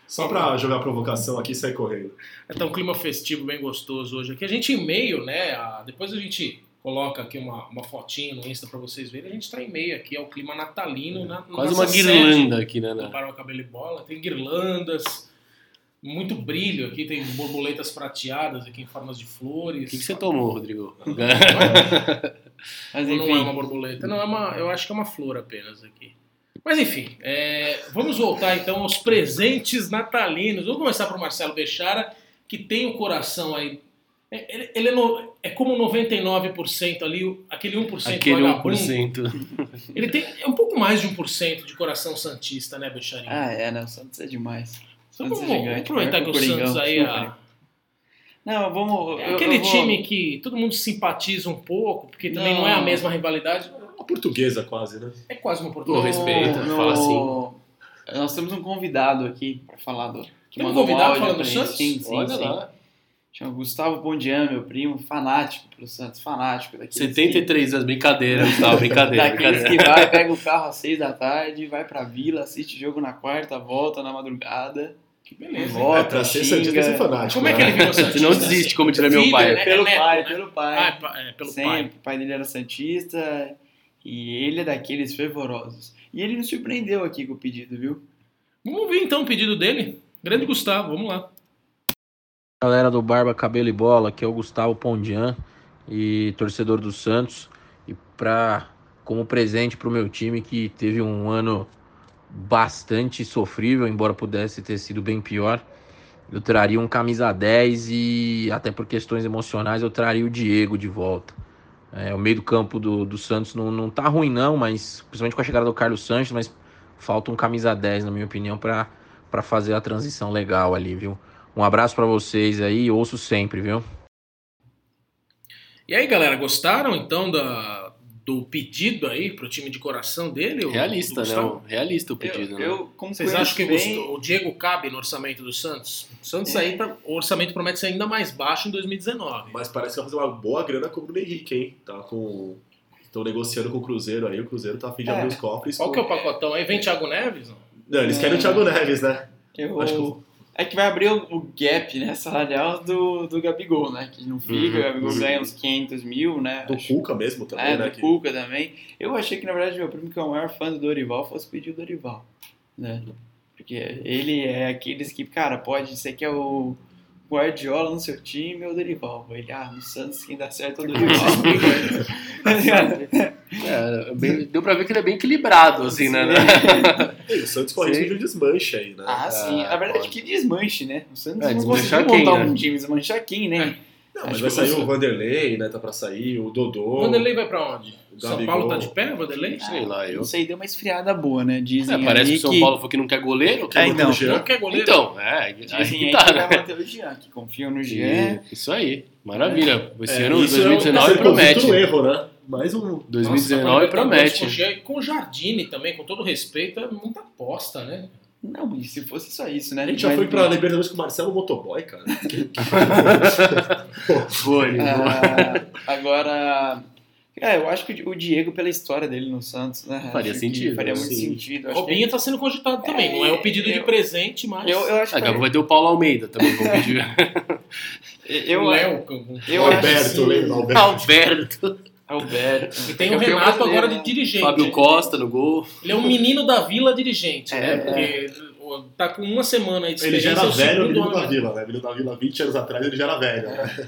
só pra jogar provocação aqui e sair correndo.
É tá um clima festivo bem gostoso hoje aqui. A gente em meio, né? a- depois a gente coloca aqui uma, uma fotinha no Insta pra vocês verem. A gente tá em meio aqui ao clima
É,
natalino. Na, na
Quase
nossa
uma
sede.
guirlanda aqui, né?
Tem
né?
Barba, cabelo e bola. Tem guirlandas, muito brilho aqui. Tem borboletas prateadas aqui em formas de flores.
O que, que você tomou, Rodrigo?
Mas
Ou
enfim.
não é uma borboleta? Não, é uma, eu acho que é uma flor apenas aqui. Mas enfim, é, vamos voltar então aos presentes natalinos. Vamos começar por Marcelo Bechara, que tem o coração aí. É, Ele, ele é, no- é como 99% ali, o- aquele 1%
Aquele
um
vagabundo.
1%.
Ele tem é um pouco mais de 1% de coração santista, né, Becharinho?
Ah, é, né? O Santos é demais.
então
Santos
vamos,
é gigante,
aproveitar que
vai
o
pro Coringão,
Santos aí. é
chupa,
a-
Não, vamos.
é
eu- eu
aquele
vou-
time que todo mundo simpatiza um pouco, porque também não, é a
Não.
mesma rivalidade.
Uma portuguesa quase, né?
É quase uma
Pô,
No-
oportunidade.
respeita,
no-
fala assim.
Nós temos um convidado aqui pra falar do. que
Tem um
mandou
convidado
áudio
falando
pra
do
gente.
Santos?
Sim, sim,
Olha
sim.
lá.
Chama Gustavo Bondian, meu primo, fanático pelo Santos, fanático daqui.
73 anos, brincadeira, Gustavo, brincadeira,
Daqueles
brincadeira.
que vai, pega o carro às seis da tarde, vai pra vila, assiste jogo na quarta, volta na madrugada,
Que beleza. hein?
volta,
é, pra ser
xinga.
Santista é ser fanático.
Como é que ele
né?
virou Santista?
Você não desiste, como diria meu
Filho,
pai.
né?
Pelo
É neto,
pai,
né?
pelo
Ah, é
pai.
pa- é, pelo
Sempre,
pai.
o pai dele era Santista e ele é daqueles fervorosos. E ele nos surpreendeu aqui com o pedido, viu?
Vamos ouvir então o pedido dele? Grande Gustavo, vamos lá.
Galera do Barba, Cabelo e Bola, aqui é o Gustavo Pondian e torcedor do Santos. E pra, como presente pro meu time que teve um ano bastante sofrível, embora pudesse ter sido bem pior, eu traria um camisa 10 e até por questões emocionais eu traria o Diego de volta. É, o meio do campo do, do Santos não, não tá ruim não, mas principalmente com a chegada do Carlos Sanches, mas falta um camisa 10 na minha opinião pra para fazer a transição legal ali, viu? Um abraço pra vocês aí, ouço sempre, viu?
E aí, galera, gostaram então da, do do pedido aí pro time de coração dele? o-
Realista,
do
né?
Gustavo?
Um- Realista o pedido,
eu,
né?
eu, como
Vocês
conheço
acham que
bem,
o Diego cabe no orçamento do Santos? O Santos aí, pra- o orçamento promete ser ainda mais baixo em 2019.
Mas parece que vai fazer uma boa grana com o Bruno Henrique, hein? Tá com. Estão negociando com o Cruzeiro aí, o Cruzeiro tá a fim de
É.
abrir os cofres.
Qual
com-
que é o pacotão aí? Vem Thiago Neves? Não?
Não, eles querem o Thiago Neves, né?
eu-
Acho que eu-
é que vai abrir o, o gap né, salarial do, do Gabigol, né? Que não fica, o Gabigol
uhum.
ganha uns 500 mil, né?
Do
acho-
Cuca mesmo também,
é,
né?
do Cuca também. Eu achei que, na verdade, meu primo, que é o maior fã do Dorival, fosse pedir o Dorival, né? Porque ele é aqueles que, cara, pode ser que é o Guardiola no seu time ou o Dorival. Ele, ah, no Santos quem dá certo é o Dorival. Tá ligado?
É, bem- deu pra ver que ele é bem equilibrado, assim, né? né?
E o Santos corre
Sim.
risco de desmanche aí, né?
Ah, sim.
Ah,
A verdade
pode.
é que desmanche, né? O Santos
É,
não conseguiu
desmanchar
montar
quem, né?
um time, desmanchar quem, né?
Não, mas
acho
vai
que
sair
eu-
o Vanderlei, né? Tá pra sair, o Dodô.
O Vanderlei vai pra onde?
O
São
Gabigol.
Paulo tá de pé, o Vanderlei?
Sei lá, É, eu.
Não sei, deu uma esfriada boa, né? Dizem
É, parece
aí
que o São Paulo falou que não quer goleiro.
É, então.
O Jean,
Não quer goleiro?
Então, é, aí
Dizem
que
aí
tá,
que
né?
vai manter o Jean, que confiam no Jean.
E- Isso aí, maravilha. Esse
é,
ano
isso é um
2019
terceiro
promete.
convicto erro, né? Mais um.
Nossa, tá
2019
com a Libertadores
promete.
Com o Ge- com o Jardine também, com todo respeito, é muita aposta, né?
Não, mas se fosse só isso, né?
A gente já
Mas-
foi pra Libertadores com o Marcelo Motoboy, cara.
Foi,
Ah, agora. É, eu acho que o Diego, pela história dele no Santos, né?
Faria
acho que
sentido,
Faria
né?
muito
Sim.
sentido.
O
acho que-
Robinho tá sendo cogitado também, não é o pedido de
eu-
presente, mas.
Eu, eu acho
Daqui
que.
a pouco Ah, vai ter o Paulo Almeida também, vamos pedir.
Eu,
o
eu,
Léo. com-
eu acho
Alberto,
que-
lembra? Alberto.
Alberto,
Alberto.
E tem o
Eu tenho
Renato
brasileiro,
agora
né?
de dirigente.
Fábio Costa no gol.
Ele é um menino da vila
É,
dirigente, né? Porque ó, tá com uma semana aí de
Ele já
experiência,
era
é o
velho, o
segundo
menino
ano,
da
né?
Vila, né? O menino da Vila, 20 anos atrás, ele já era velho. né?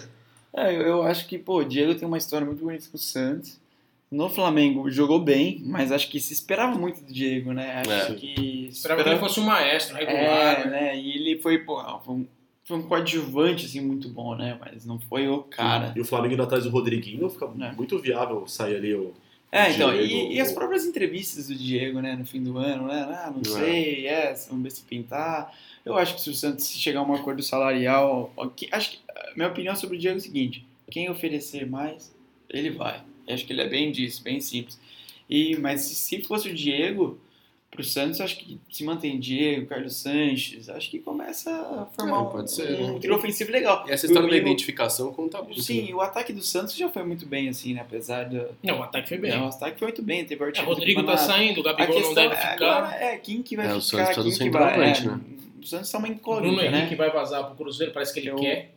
É, eu, eu acho que, pô, o Diego tem uma história muito bonita com o Santos. No Flamengo jogou bem, mas acho que se esperava muito do Diego, né? Acho
É.
que.
Esperava que ele fosse um maestro regular,
É,
né?
né? E ele foi, pô, foi um, foi um coadjuvante, assim, muito bom, né? Mas não foi o cara.
E o Flamengo indo atrás do Rodriguinho, fica
É.
muito viável sair ali o.
É, então,
Diego,
e, e as
o-
próprias entrevistas do Diego, né, no fim do ano, né? Ah, não
É.
sei, é, vamos ver se pintar. Eu acho que se o Santos se chegar a um acordo salarial. ó, que- acho que, a minha opinião sobre o Diego é o seguinte: quem oferecer mais, ele vai. Eu acho que ele é bem disso, bem simples. E, mas se, se fosse o Diego, pro Santos, acho que se mantém Diego, Carlos Sanches, acho que começa a formar
É,
um,
pode ser.
um trio ofensivo legal.
E essa história né?
E
da
o-
identificação conta muito.
Sim, o ataque do Santos já foi muito bem, assim, né? Apesar do,
Não, o ataque foi bem.
é, o ataque foi muito bem, teve
Né? É,
artigo
o Rodrigo tá saindo, o
a
Gabigol não
questão
deve
é,
ficar.
agora é quem que vai
É, o
ficar,
Santos tá né?
quem
do
que vai... é,
centroavante,
O Santos tá uma
Bruno
incógnita, né? um
Henrique vai vazar pro Cruzeiro, parece que ele
Eu-
quer.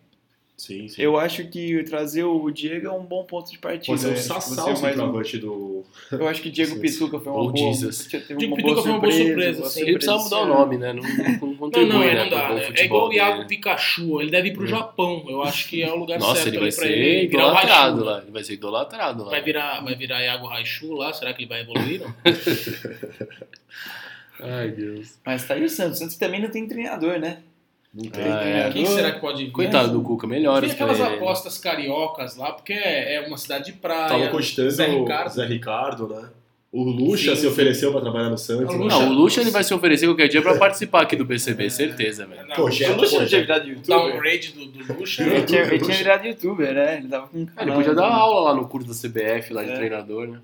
Sim, sim.
Eu acho que trazer o Diego é um bom ponto de partida.
Pode ser
eu
o
acho que
Sassá o
você é mais um-
centroavante do.
Eu acho que Diego
Sim.
Pituca foi uma
Ou
boa...
Jesus.
teve
Diego
uma
Pituca
boa
foi uma boa surpresa,
boa
sim.
Ele precisava mudar o nome, né? Não, não
Não,
um
contribui,
não, é,
né?
não dá,
pro- pro
né? É
futebol
igual o
dele,
Iago
né?
Pikachu, ele deve ir pro
Hum.
Japão. Eu acho que é o lugar
Nossa,
certo
ele
ali
vai
pra é virar
ser
o
idolatrado
Raichu.
lá. Ele vai ser idolatrado lá.
Vai virar, vai virar Iago Raichu lá, será que ele vai evoluir? não?
Ai, Deus.
Mas tá aí o Santos. O Santos também não tem treinador, né?
Não tem.
Ah, é.
Quem será que pode vir?
Coitado do Cuca, melhoras
Tem
pra
aquelas
ele. né?
apostas cariocas lá, porque é é uma cidade de
Tava
praia.
cogitando
Zé Ricardo.
o Zé Ricardo, né? O Lucha
Sim,
se
sim.
ofereceu pra trabalhar no Santos.
O
né?
Lucha-
Não, o Lucha ele vai se oferecer qualquer dia pra participar aqui do
É.
BCB, certeza, velho.
Não,
Projeto,
o Lucha não
projeto.
tinha
um
virado youtuber.
downgrade do, do Lucha.
Ele tinha, ele
Lucha.
tinha virado youtuber, né? Ele tava com um
Ah, Ele
canal,
podia dar
né?
aula lá no curso da CBF, lá de
É.
treinador, né?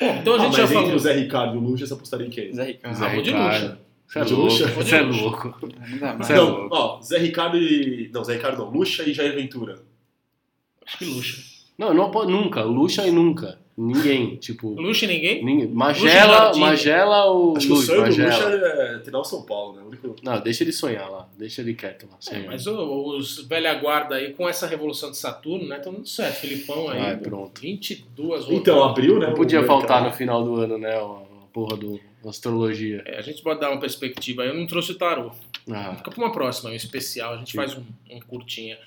Então a
Ah,
gente
mas
já
entre o
falou.
Zé Ricardo e o Lucha, você apostaria em quem?
Zé Ricardo.
Zé- vou Ah, de Lucha.
Você é
De
louco,
Lucha?
você é louco.
Não dá mais.
Zé
não,
é louco.
ó, Zé Ricardo e. Não, Zé Ricardo não, Lucha e Jair Ventura.
Acho que Lucha.
Não, eu não apoio nunca. Lucha e nunca. Ninguém. Tipo,
Lucha e ninguém?
ninguém.
Lucha e
Magela,
Jardim.
Magela ou
Acho que o
Lucha,
sonho do
Magela.
Lucha é treinar o São Paulo, né? O único-
Não, deixa ele sonhar lá. Deixa ele quieto lá. Sonhar.
Mas ô, os velha guarda aí, com essa revolução de Saturno, né? Tá dando certo. Filipão aí,
Ai, pronto.
22 rodadas.
Então, abriu, né?
Não
o
podia
mercado.
faltar no final do ano, né? A porra do astrologia.
É, a gente pode dar uma perspectiva aí. Eu não trouxe o tarô.
Ah,
Fica pra uma próxima, um especial. A gente
Sim.
faz um, um curtinha.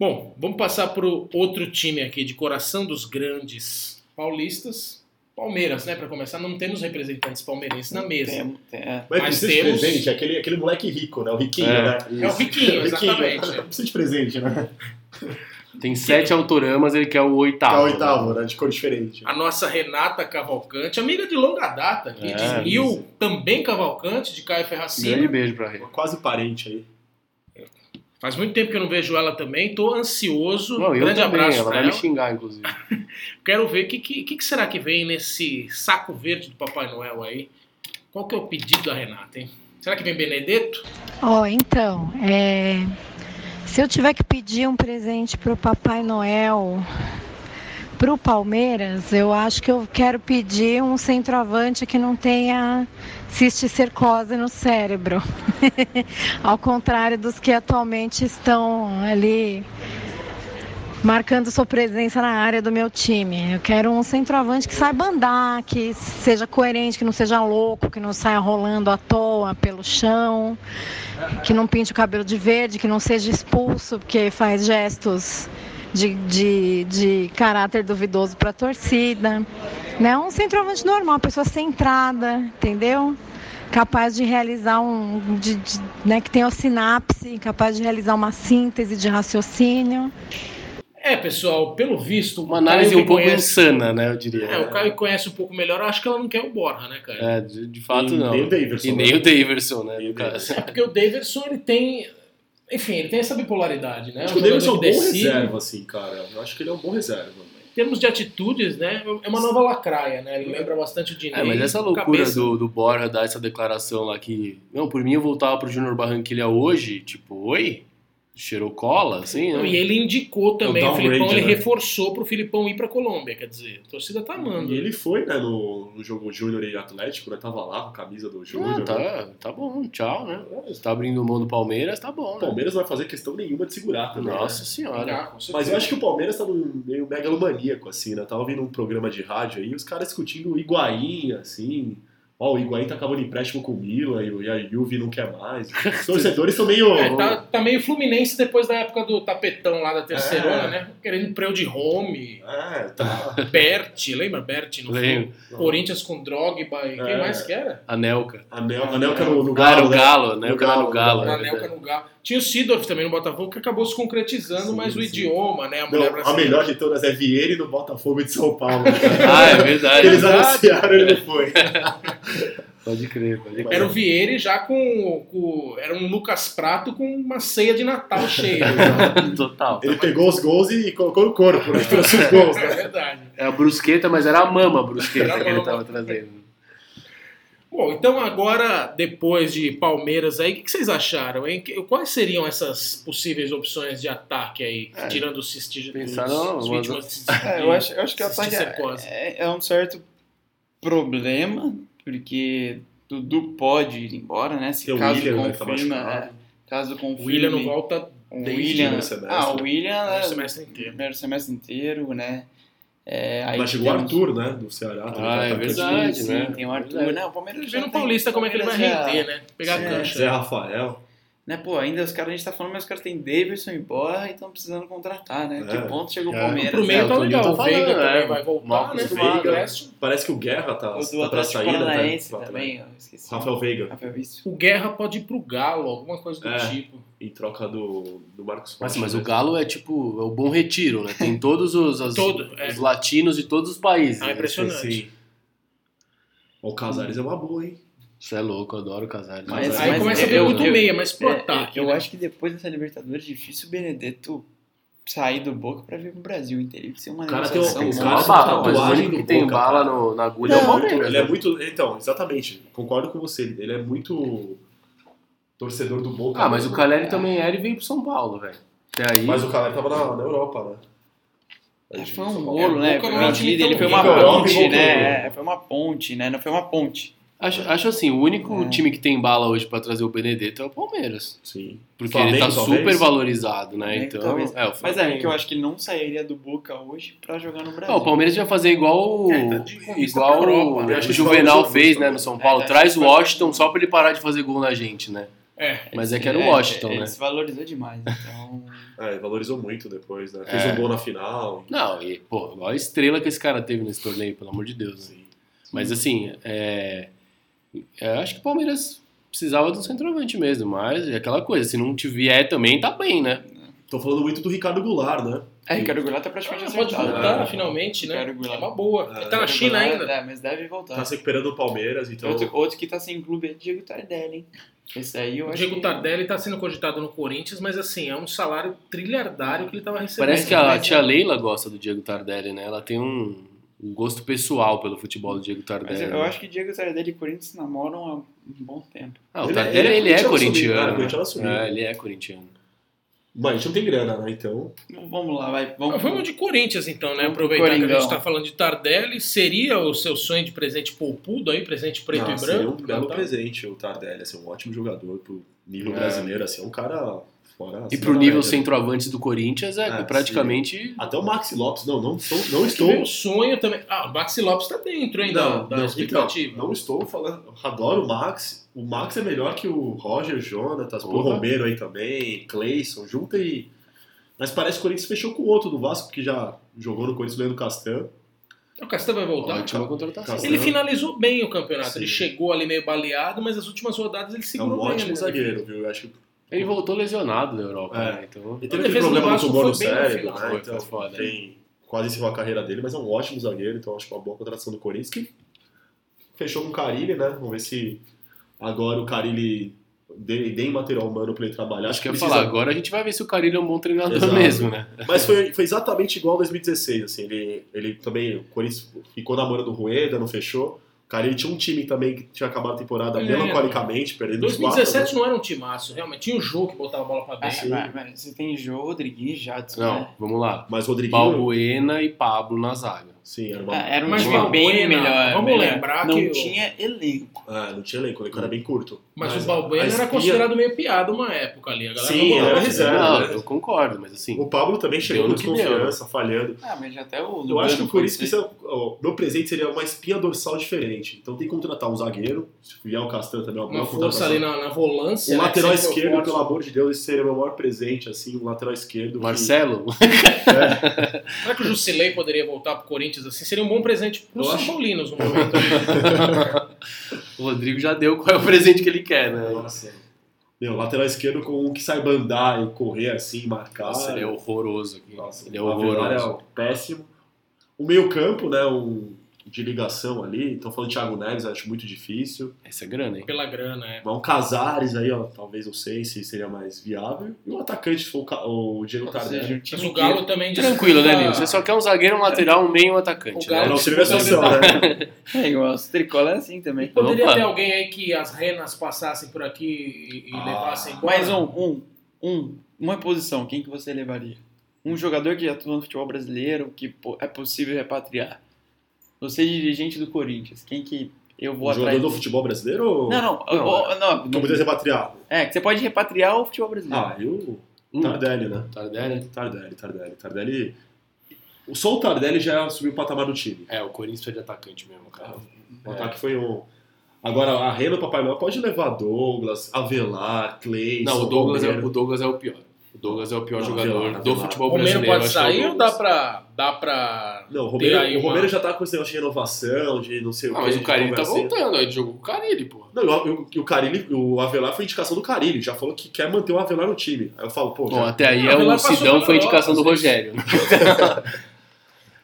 Bom, vamos passar pro outro time aqui, de coração dos grandes paulistas. Palmeiras, né? Pra começar, não temos representantes palmeirenses na mesa.
Tem- tem- é.
Mas,
Mas
precisa
temos-
de presente, é aquele, aquele moleque rico, né? O riquinho,
É,
né?
É o Riquinho, exatamente.
Não precisa de presente, né?
tem sete autoramas, ele quer o oitavo.
é o oitavo, né? De cor diferente.
A nossa Renata Cavalcante, amiga de longa data aqui,
É,
de Nil, também Cavalcante, de Caio
Um Grande
Ferracini.
beijo pra ele.
Quase parente aí.
Faz muito tempo que eu não vejo ela também, tô ansioso.
Não, eu
Um Grande
também,
abraço
ela
pra
vai me
ela.
xingar, inclusive.
Quero ver o que, que, que que será que vem nesse saco verde do Papai Noel aí. Qual que é o pedido da Renata, hein? Será que vem Benedetto?
Ó, então, é, se eu tiver que pedir um presente pro Papai Noel, pro Palmeiras, eu acho que eu quero pedir um centroavante que não tenha cisticercose no cérebro. Ao contrário dos que atualmente estão ali marcando sua presença na área do meu time. Eu quero um centroavante que saiba andar, que seja coerente, que não seja louco, que não saia rolando à toa pelo chão, que não pinte o cabelo de verde, que não seja expulso porque faz gestos de, de, de caráter duvidoso para a torcida. Né? Um centroavante normal, uma pessoa centrada, entendeu? Capaz de realizar um. de- de- né, que tenha sinapse, capaz de realizar uma síntese de raciocínio.
É, pessoal, pelo visto.
Uma
o Caio
análise um
que
pouco
conhece-
insana, né, eu diria.
É, o Caio que conhece um pouco melhor, eu acho que ela não quer o Borra, né, cara?
É, de, de fato
E
não.
nem o Daverson,
E nem
né?
o Daverson, né?
Nem o
no caso.
É porque o Davidson, ele tem. Enfim, ele tem essa bipolaridade, né?
Acho que o
jogador
Davis é um bom
que decide.
reserva, assim, cara. Eu acho que ele é um bom reserva.
Em termos de atitudes, né? É uma nova lacraia, né? Ele lembra bastante o Dinei.
É, mas essa loucura
cabeça.
do, do Borja dar essa declaração lá que. Não, por mim eu voltava pro Júnior Barranquilha hoje, tipo, oi? Cheirou cola, assim,
Não,
né?
E ele indicou também,
É o
o Filipão,
downgrade,
ele
né?
reforçou pro Filipão ir pra Colômbia, quer dizer, a torcida tá
Uhum.
amando.
E ele foi, né, no, no jogo Júnior e Atlético, né? Tava lá com a camisa do Júnior.
Ah,
né?
tá, tá bom, tchau, né? Você tá abrindo mão do Palmeiras, tá bom,
O
né?
Palmeiras não vai fazer questão nenhuma de segurar também. né?
Nossa senhora.
Ah, com certeza.
Mas eu acho que o Palmeiras tá num- meio megalomaníaco, assim, né? Eu Tava ouvindo um programa de rádio aí, os caras discutindo o Higuaín, assim. Ó, o Higuaín tá acabando o empréstimo com o Milan e o- e a Juve não quer mais. Os torcedores são meio...
É, tá, tá meio Fluminense depois da época do tapetão lá da terceira
É.
né? Querendo emprego de home,
É, tá.
Berti, lembra Berti? No
Lembro.
Flu? Corinthians com Drogba e quem
É.
mais que era?
A Nelca.
Anel, Anelka no, no
Ah, era o Galo,
Galo, né?
né?
No
O Galo era o Galo.
Na
é verdade.
Nelca no Galo. Tinha o Sidorf também no Botafogo que acabou se concretizando,
Sim,
mas o
sim.
idioma, né? A
Não,
mulher
a
brasileira.
melhor de todas é Vieira e no Botafogo de São Paulo. cara.
Ah, é verdade.
Eles anunciaram, ele não foi.
Pode crer, pode crer.
Era um o Vieira e já com, com. Era um Lucas Prato com uma ceia de Natal cheia.
Total.
Ele pegou os gols e colocou no corpo, né? Trouxe os gols,
é
né?
verdade.
É a brusqueta, mas era a mama brusqueta
Era a
que ele
mama.
tava trazendo.
Bom, então agora, depois de Palmeiras aí, o que que vocês acharam, hein? Que- Quais seriam essas possíveis opções de ataque aí,
É,
tirando os cisti-
pensaram,
os
mas-
vítimas de
É, eu acho, eu acho que o ataque é,
cisticercose.
é- é um certo problema, porque Dudu pode ir embora, né? Se
Tem o
caso
Willian, né, que tá
confirma.
machucado.
é, caso
O
confirme.
Willian não volta
o
desde
Willian-
o primeiro semestre.
Ah, o William.
é, o semestre inteiro.
primeiro semestre inteiro, né? É, aí
Mas chegou o
temos-
Arthur, né? Do Ceará. também,
Ah, é
atacante.
Sim,
verdade,
sim,
né?
tem o Arthur.
é
Verdade.
Não, o Palmeiras já
Vendo o
tem-
Paulista como é que ele vai
Palmeiras já-
render, né? Pegar
Sim.
a
Zé
cancha.
Rafael.
Né, pô, ainda os caras, a gente tá falando, mas os caras tem Davidson e Borra e estão precisando contratar, né?
É.
Que ponto chegou o
É.
Palmeiras?
Pro meio
É, o
tá
Toninho
legal,
tá
o Veiga
falando,
também
é,
vai voltar,
Marcos
né?
Veiga.
O Décio.
Parece que o Guerra tá,
O do
tá pra
Atlético
sair, né?
Paranaense
tá-
também, eu esqueci.
Rafael Veiga,
Rafael Vício.
O tipo, Guerra pode ir pro Galo, alguma coisa do
É.
tipo.
em troca do, do Marcos Rocha.
Nossa, mas
né?
o Galo é tipo, é o bom retiro, né? Tem todos os, as-
Todo, é.
os latinos de todos os países.
Ah,
né?
impressionante.
O Casares é uma boa, hein?
Isso é louco, eu adoro o Casares.
Mas-
Casares
Aí
é
mas
começa a ver
eu-
muito
eu-
meia, mas pro
É,
ataque.
eu
né?
acho que depois dessa Libertadores, é difícil o Benedetto sair do Boca pra vir pro Brasil, entendeu? Tem que ser uma
O cara tem
negociação
um-
muito
o cara
uma
tem
boa. assim, tá
bala, mas o
tatuagem
único
no
que tem
Boca,
bala
cara.
no, na agulha
Ele,
é o
é muito,
Palmeiras.
ele é
né?
muito. Então, exatamente. Concordo com você. Ele é muito torcedor do Boca.
Ah, mas o
mesmo.
Caleri também era e veio pro São Paulo, velho. Até aí.
é. Mas o Caleri tava na, na Europa, né?
É, Foi um rolo, né?
o Boca
Foi
não
uma
é um time
vida, Ele
tão
foi uma
rico, é um
ponte,
rico
né?
todo.
É, Foi uma ponte, né? Não foi uma ponte.
Acho, acho assim, o
É.
único time que tem bala hoje pra trazer o Benedetto é o Palmeiras.
Sim.
Porque
Flamengo,
ele tá
talvez.
super valorizado, né?
Flamengo,
Então.
talvez.
É, o
Mas
Flamengo.
é, que eu acho que ele não sairia do Boca hoje pra jogar no Brasil.
Ah, o Palmeiras ia fazer igual o-
É,
então,
tá de conquista
igual
pra Europa,
o,
né?
o
Acho que
Juvenal
falou isso
fez,
também.
né, no São Paulo.
É, tá,
Traz
acho
o
que foi-
Washington só pra ele parar de fazer gol na gente, né?
É.
Mas é que era o Washington,
ele
né?
se valorizou demais, então...
É, ele valorizou muito depois, né? Fez
É.
um gol na final.
Não, e, pô, olha a estrela que esse cara teve nesse torneio, pelo amor de Deus. né? Mas assim, é, eu acho que o Palmeiras precisava de um centroavante mesmo, mas é aquela coisa, se não tiver também, tá bem, né?
Tô falando muito do Ricardo Goulart, né?
É, Ricardo Goulart tá praticamente
Ah, pode
acertado.
voltar
né?
finalmente, né?
Ricardo Goulart.
É uma boa.
Ah,
Ele tá na
Ricardo
China
Goulart,
ainda.
É, mas deve voltar.
Tá se recuperando o Palmeiras, então.
Outro, outro que tá sem clube é Diego Tardelli, hein? Esse aí eu
O
acho
Diego
que...
Tardelli tá sendo cogitado no Corinthians, mas assim, é um salário trilhardário que ele tava recebendo.
Parece que a
Mas,
tia Leila gosta do Diego Tardelli, né? Ela tem um, um gosto pessoal pelo futebol do Diego
Mas
Tardelli.
eu,
né?
acho que Diego Tardelli e Corinthians namoram há um bom tempo.
Ah, o
Ele-
Tardelli
ele é
ele é
corintiano
corintiano.
assumido, né?
né?
Corintiano assumido.
É, ele é corintiano.
Mas a gente não tem grana, né? Então.
Então, Vamos lá, vai. Vamos,
Ah, Vamos de Corinthians então, né?
Vamos pro
Aproveitar que a gente
um Coringão.
tá falando de Tardelli, seria o seu sonho de presente poupudo aí, presente preto
Ah,
e
seria um
branco?
belo
Natal?
presente o Tardelli, assim, um ótimo jogador pro nível
É.
brasileiro, assim, é um cara fora.
E
acima
pro
da
nível
média.
centroavante do Corinthians é,
é- Ah,
praticamente.
Até o Maxi Lopes, não, não, sou, não
Acho que meu
estou.
um sonho também. Ah, o Maxi Lopes tá dentro, hein?
Não,
da, da
não,
expectativa.
então, não estou falando. eu Adoro o Max. O Max é melhor que o Roger, Jonatas, o
Porra.
Romero aí também, Cleison, junta e. Mas parece que o Corinthians fechou com o outro do Vasco, que já jogou no Corinthians, o Leandro Castan.
O Castan vai
Tá
voltar.
Ótima contratação.
Castan.
Ele finalizou bem o campeonato.
Sim.
Ele chegou ali meio baleado, mas as últimas rodadas ele
É um
segurou bem.
ótimo
ali.
zagueiro, viu? Eu acho que
Ele voltou lesionado da Europa,
É.
né? Então.
Ele
A
teve
defesa do
aquele problema no
Vasco
tumor
foi
no
bem no
cérebro,
final.
né?
Foi,
Então,
foi foda.
tem quase encerrou a carreira dele, mas é um ótimo zagueiro, então acho que é uma boa contratação do Corinthians, que fechou com o Carilli, né? Vamos ver se agora o Carilli dê, dê em material humano pra ele trabalhar.
Acho que eu ia
precisa-
falar, agora a gente vai ver se o Carilho é um bom treinador
Exato.
mesmo, né?
Mas foi, foi exatamente igual a 2016, assim, ele, ele também, o Corinthians ficou namorando o Rueda, não fechou. O Carilli tinha um time também que tinha acabado a temporada
É.
melancolicamente, perdendo os quatro. né?
2017 não era um timaço, realmente. Tinha um jogo que botava a bola pra
Ah,
Assim,
dentro.
mas, mas você tem Jô, Rodriguinho e Jadson, né?
É.
Não, vamos lá.
Mas Rodriguinho,
Balbuena e Pablo na zaga.
sim, era uma...
Ah, era um
Mas
time
vamos
bem
lembrar-
melhor.
vamos
melhor.
lembrar
Não
que o-
tinha elenco.
Ah, não tinha elenco, o elenco era bem curto.
Mas,
Mas
o Balbuena
a
era
espinha-
considerado meio piada uma época ali. A galera
Sim,
não
era
bolava.
reserva.
Não,
né?
eu concordo, mas assim.
O Pablo também chegou
Deu no
com
que deu, né?
desconfiança, falhando.
Ah, mas até o
Eu acho que o
foi
Corinthians
ser-
precisa. ó, meu presente seria uma espinha dorsal diferente. Então tem que contratar um zagueiro. Se vier o Castan também, é uma boa
Uma força
contratação.
ali na, na volância.
Um
né,
lateral
que sempre foi
esquerdo,
forte.
pelo amor de Deus, esse seria o meu maior presente, assim, um lateral esquerdo. que-
Marcelo?
Será que o Jusilei poderia voltar pro Corinthians assim? Seria um bom presente pro
Eu
São
acho-
Paulinos no momento.
o Rodrigo já deu qual é o presente que ele quer, né?
Nossa. Meu, lateral esquerdo com um que saiba andar e correr assim, marcar.
Nossa, ele é horroroso aqui.
Nossa,
ele é
o Avelar
horroroso.
é péssimo. O meio-campo, né? Um de ligação ali. Estão falando de Thiago Neves, acho muito difícil.
Essa é grana, hein?
Pela grana, é.
Mas um Casares aí, ó, talvez não sei se seria mais viável. E um atacante, se for o Ca- o Diego
Ou seja,
Tardelli.
o
Mas
time
o Galo também
Tranquilo, né,
disputa-
Nino? Você só quer um zagueiro, um lateral, um meio e um atacante.
É. O Galo-
É a
né?
nossa primeira sessão, né?
que... É igual, os tricola é assim também.
Poderia
Opa.
ter alguém aí que as renas passassem por aqui e, e
Ah,
levassem embora?
Mais um, um, um, uma posição, quem que você levaria? Um jogador que atua no futebol brasileiro, que po- é possível repatriar. Você dirigente do Corinthians, quem que eu vou
O Um jogador
atrás?
do futebol brasileiro ou.
Não, não, eu vou- não,
Como diz repatriar?
É, que você pode repatriar o futebol brasileiro.
Ah, eu.
Hum.
Tardelli, né?
Tardelli?
Tardelli, Tardelli, Tardelli. O- Só o Tardelli já subiu o patamar do time.
É, o Corinthians precisa de atacante mesmo, cara.
O ataque foi um. Agora, a Rena Papai Noel pode levar Douglas, Avelar, Cleison.
Não, o Douglas, é,
Romero.
o Douglas é o pior. O Douglas é o pior
Não,
jogador
Avelar,
do
Avelar.
O
futebol
Romero
brasileiro.
pode
acho que é o
sair ou
Douglas.
dá pra, dá pra
Não, o
ter
Romero,
aí
o
uma...
Romero já tá com esse negócio de renovação, de não sei o
Ah,
que.
mas o Carilli tá
voltando.
voltando, ele jogou com o Carilli, pô.
Não, eu- eu- e o Carilli, o Avelar foi indicação do Carilli, já falou que quer manter o Avelar no time. Aí eu falo, pô,
Bom,
já,
até aí
Não,
é
Avelar
o
passou
Sidão
pela
foi indicação do
Europa,
Rogério.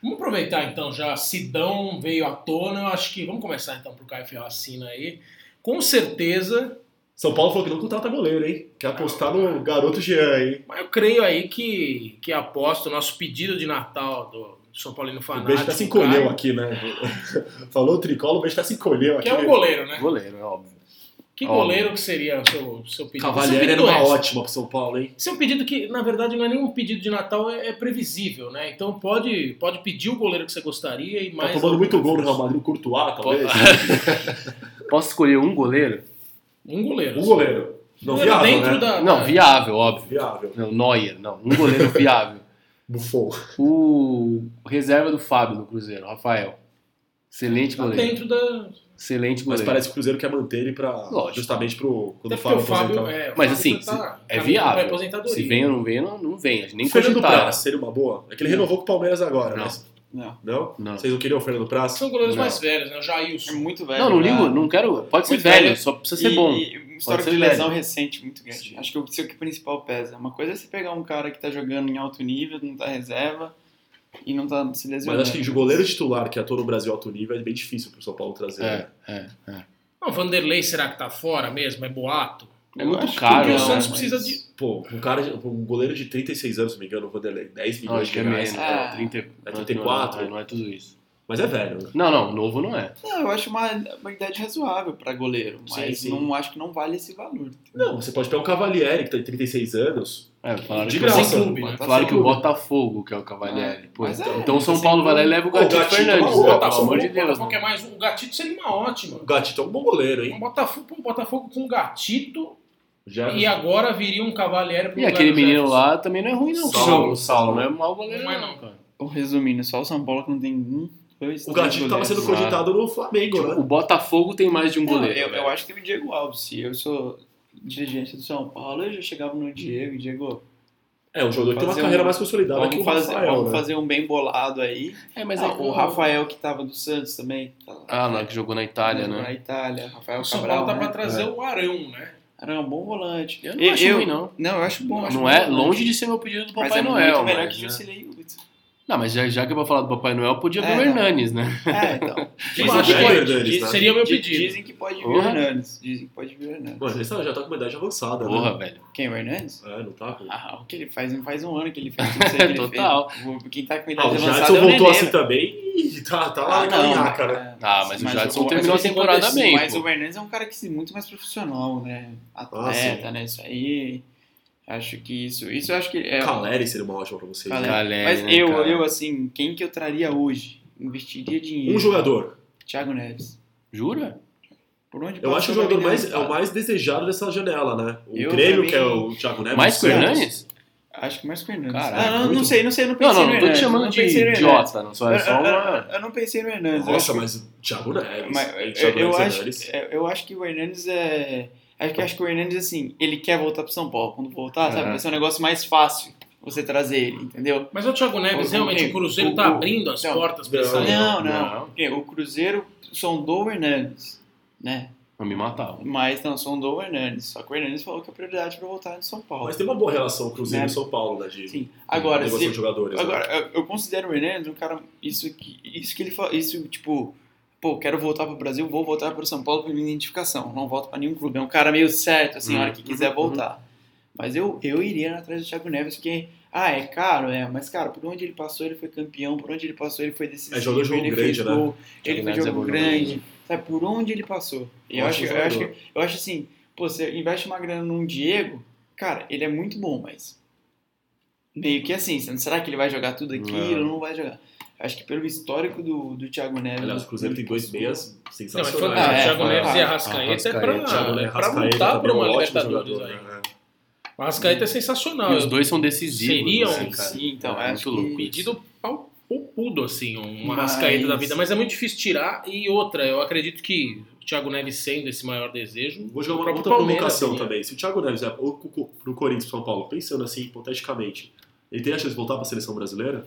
Vamos aproveitar então já, Sidão veio à tona, eu acho que vamos começar então pro Caio Ferracina aí. Com certeza,
São Paulo falou que não contrata goleiro, hein? Quer apostar no garoto Jean, hein?
mas eu creio aí que, que aposto o nosso pedido de Natal do São Paulino
O
Fanático.
beijo até se encolheu
Caio,
aqui, né? falou o tricolo, o beijo até se encolheu
Que
aqui.
é um goleiro, né?
Goleiro, é óbvio.
Que
Óbvio.
goleiro que seria o seu, seu pedido? seu
Cavalieri
pedido
era uma
extra.
ótima pro São Paulo, hein?
Isso é um pedido que, na verdade, não é nenhum pedido de Natal, é, é previsível, né? Então pode, pode pedir o goleiro que você gostaria e mais.
Tá tomando muito gol no Real Madrid, o Courtois, talvez.
Posso escolher um goleiro?
Um goleiro.
Um goleiro. Não,
Goleiro
viável,
dentro
né?
da. tá
Não,
da-
viável, óbvio.
Viável.
Não, Neuer, não. Um goleiro viável.
Buffon.
O reserva do Fábio no Cruzeiro, Rafael. Excelente
tá
goleiro.
dentro da.
Excelente
Mas
goleiro.
parece que o Cruzeiro quer manter ele pra,
Lógico.
justamente pro... Quando
Até
o
porque
Fábio
o Fábio.
aposentar.
É, o
Mas
Fábio já
assim,
tá
é
caminhando pra
viável.
aposentadoria.
Se vem ou não vem, não, não vem. A gente nem
Fernando
cogitaram.
Praz seria uma boa. É que ele renovou com o Palmeiras agora,
Não.
mas...
Não.
Não?
Não.
Vocês não queriam o Fernando Praz?
São goleiros
Não.
mais velhos, né? O
É
Jailson.
muito velho.
Não, não
né?
ligo, não quero. Pode ser
Muito
velho,
velho.
só precisa ser
E-
bom.
e histórico
ser
de
velho.
lesão recente muito grande.
Sim.
Acho que o isso é o que principal pesa. Uma coisa é você pegar um cara que tá jogando em alto nível, não tá reserva e não tá se
Mas
lesionando.
né?
acho que de goleiro titular que atua no Brasil alto nível é bem difícil pro São Paulo trazer. né?
é, é.
Não, Vanderlei, será que tá fora mesmo? É boato?
Eu
muito
acho que
caro, né?
Porque
não,
o Santos
mas-
precisa de.
Pô, um cara, de- um goleiro de 36 anos, se não me engano, o Vanderlei,
Não,
10 milhões
acho que
de
é
reais.
menos.
Ah.
É, 30, não é-
34.
Não é, não é tudo isso.
Mas é velho, né?
Não, não, novo não é.
Não, eu acho uma, uma idade razoável pra goleiro, mas
Sim, sim.
não acho que não vale esse valor.
Não, você pode pegar um Cavalieri que tem 36 anos.
É, falaram
De
que,
graça.
o-
clube, né?
falaram que o
Sem clube.
Botafogo, que é o Cavalieri. Pô,
mas
então,
é,
então o São
sem
Paulo vai lá e
clube.
leva o
Pô, o
Gatito
Gatito,
Fernandes,
o
né? pelo
Botafogo,
amor de
o
Deus.
Botafogo é mais um. O Gatito seria uma ótima.
O Gatito é um bom goleiro, hein?
Um Botafogo, um Botafogo com Gatito
Já
e agora viria um Cavalieri pro
E
lugar
aquele
do
menino
Jefferson.
lá também não é ruim, não.
Saulo,
Saulo, Saulo
Saulo.
não é mau goleiro,
Não é,
não,
não.
cara.
Resumindo, só o São Paulo que não tem um, dois,
o
três
Gatito tava
goleiros.
sendo cogitado no Flamengo,
Tipo,
né?
o Botafogo tem mais de um
Não,
goleiro.
eu, eu acho que o Diego Alves, se eu sou dirigente do São Paulo, eu já chegava no Diego e Diego,
É, um jogador que tem uma
Fazer
carreira
um-
mais consolidada que o
vamos, fazer,
Rafael,
vamos
né?
fazer um bem bolado aí.
É, mas
Ah,
é que
o Rafael que tava do Santos também. tá lá.
Ah, não, que jogou na Itália,
Jogou Na
né?
Itália, Rafael
O São
Cabral.
Paulo tá
né?
pra
É.
trazer o Arão, né?
Era um bom volante.
Eu não acho ruim, não.
Não, eu acho bom. eu acho
Não
bom
é
volante.
longe de ser meu pedido do
Mas
Papai
é
Noel.
Muito melhor
mas,
que
né?
Jusilei Hudson.
Não, mas já, já que é pra falar do Papai Noel, podia ver
É,
o
não.
Hernanes, né?
É, então.
Eu acho
é
que
verdade,
pode.
né?
seria meu
Di-
pedido.
Dizem que pode vir o
Porra.
Hernandes. Dizem que pode vir o Hernandes.
Mano, ele tá- já tá com uma idade avançada,
Porra,
né?
velho.
Quem, o Hernandes?
É, não tá? pô.
Ah, o que ele faz? Não faz um ano que ele fez. Não sei o que ele
Total.
Fez. O- Quem tá com
Ah,
idade
o
avançada
Jadson
é o Nenê.
voltou assim também e tá, tá lá
Ah,
na
não,
caminhaca, né?
é,
Ah, mas o Jadson
mas
terminou a
ele-
temporada bem,
Mas
pô.
o Hernandes é um cara que se muito mais profissional, né? Atleta,
Ah, sim.
né? Isso aí. Acho que isso. Isso eu acho que é.
Caleri seria uma ótima pra vocês.
Caleri.
Caleri,
Mas
né,
eu,
cara?
eu, assim, quem que eu traria hoje? Investiria dinheiro.
Um jogador.
Thiago Neves.
Jura?
Por onde
Eu
passou,
acho que o
também
jogador
não
mais, é o
sabe.
mais desejado dessa janela, né? O
Eu,
Grêmio,
pra mim,
que é o Thiago Neves.
Mais que o
Santos.
Hernanes?
Acho que mais que o Hernandes.
Caraca,
ah, não, não
muito.
sei, não sei, não
Não,
pensei
não,
no
não tô te
Hernandes.
chamando
não
de
pensei no Hernandes.
idiota, não só
Eu,
é só
eu-
uma.
eu- eu não pensei no Hernandes. eu
Nossa,
acho que-
mas o Thiago Neves.
Mas,
é,
eu,
Thiago
eu
Neves,
acho,
Hernandes.
eu- eu acho que o Hernandes é. Acho que, acho que o Hernandes, assim, ele quer voltar pro São Paulo. Quando voltar, sabe?
Aham.
Vai ser um negócio mais fácil você trazer ele, entendeu?
Mas o Thiago Neves,
O-
realmente,
o-
o Cruzeiro
o-
tá
o-
abrindo as
não.
portas pra
Não.
essa
Não, não.
não.
Porque O Cruzeiro sondou o Hernandes, né?
Pra me matar.
Mas não, sondou o Hernandes. Só que o Hernandes falou que a prioridade é pra voltar no São Paulo.
Mas tem uma boa relação Cruzeiro e
Né?
São Paulo, né? De
Sim. Agora,
negociação
se,
de jogadores. né?
Agora, eu- eu considero o Hernandes um cara. Isso que, isso que ele fala. Isso, tipo. Pô, quero voltar pro Brasil, vou voltar pro São Paulo por minha identificação. Não volto pra nenhum clube. É um cara meio certo, assim, a
Uhum,
hora que quiser voltar. Mas eu, eu iria atrás do Thiago Neves, porque. Ah, é caro, é. Mas, cara, por onde ele passou, ele foi campeão. Por onde ele passou, ele foi decisivo.
É, jogador de jogo
ele
grande,
fez
né?
gol, Ele
Thiago
foi
Neves é
jogo
bom
grande.
jogador.
Sabe, por onde ele passou. E eu acho,
Ótimo
eu, acho,
é jogador.
eu acho assim. Pô, você investe uma grana num Diego. Cara, ele é muito bom, mas meio que assim, sendo, será que ele vai jogar tudo aquilo? Não, vai jogar. Acho que pelo histórico do, do Thiago Neves.
Aliás, o Cruzeiro tem dois meias
Não, mas
sensacionais. né?
fantástico.
Ah, é,
o Thiago
fantástico.
Neves e Arrascaeta é pra,
Thiago
é
Neves,
pra
Arrascaeta
montar
também
pra
é um
uma
ótimo
Libertadores
jogador,
aí.
né?
O Arrascaeta é
E
sensacional.
os
eu-
dois são decisivos.
Seriam,
né, cara?
Sim, então,
É
acho
muito louco.
que...
pedido pau pudo assim, uma
Mas-
rascaeta da vida, mas é muito difícil tirar. E outra, eu acredito que o Thiago Neves sendo esse maior desejo.
Vou jogar
o
uma
próprio
outra
Palmeiras
provocação
seria.
também. Se o Thiago Neves vai pro, pro- pro Corinthians pro São Paulo, pensando assim, hipoteticamente, ele tem a chance de voltar pra seleção brasileira?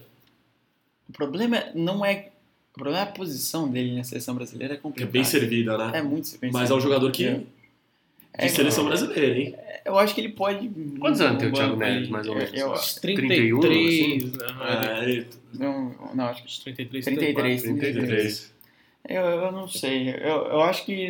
O problema é- não é... O problema é a posição dele na seleção brasileira é
Que é
complicada.
bem servida, né?
É muito bem
Mas é
servido.
um jogador que. De
É,
seleção brasileira, hein?
Eu acho que ele pode...
Quantos anos tem o
no
Thiago
banco
Neves,
ali.
mais ou menos?
Eu, eu-
Uns
31,
33, né?
É, ele-
não, não, acho que...
Uns
É.
33,
33, 33. Eu, eu não sei. Eu, eu acho que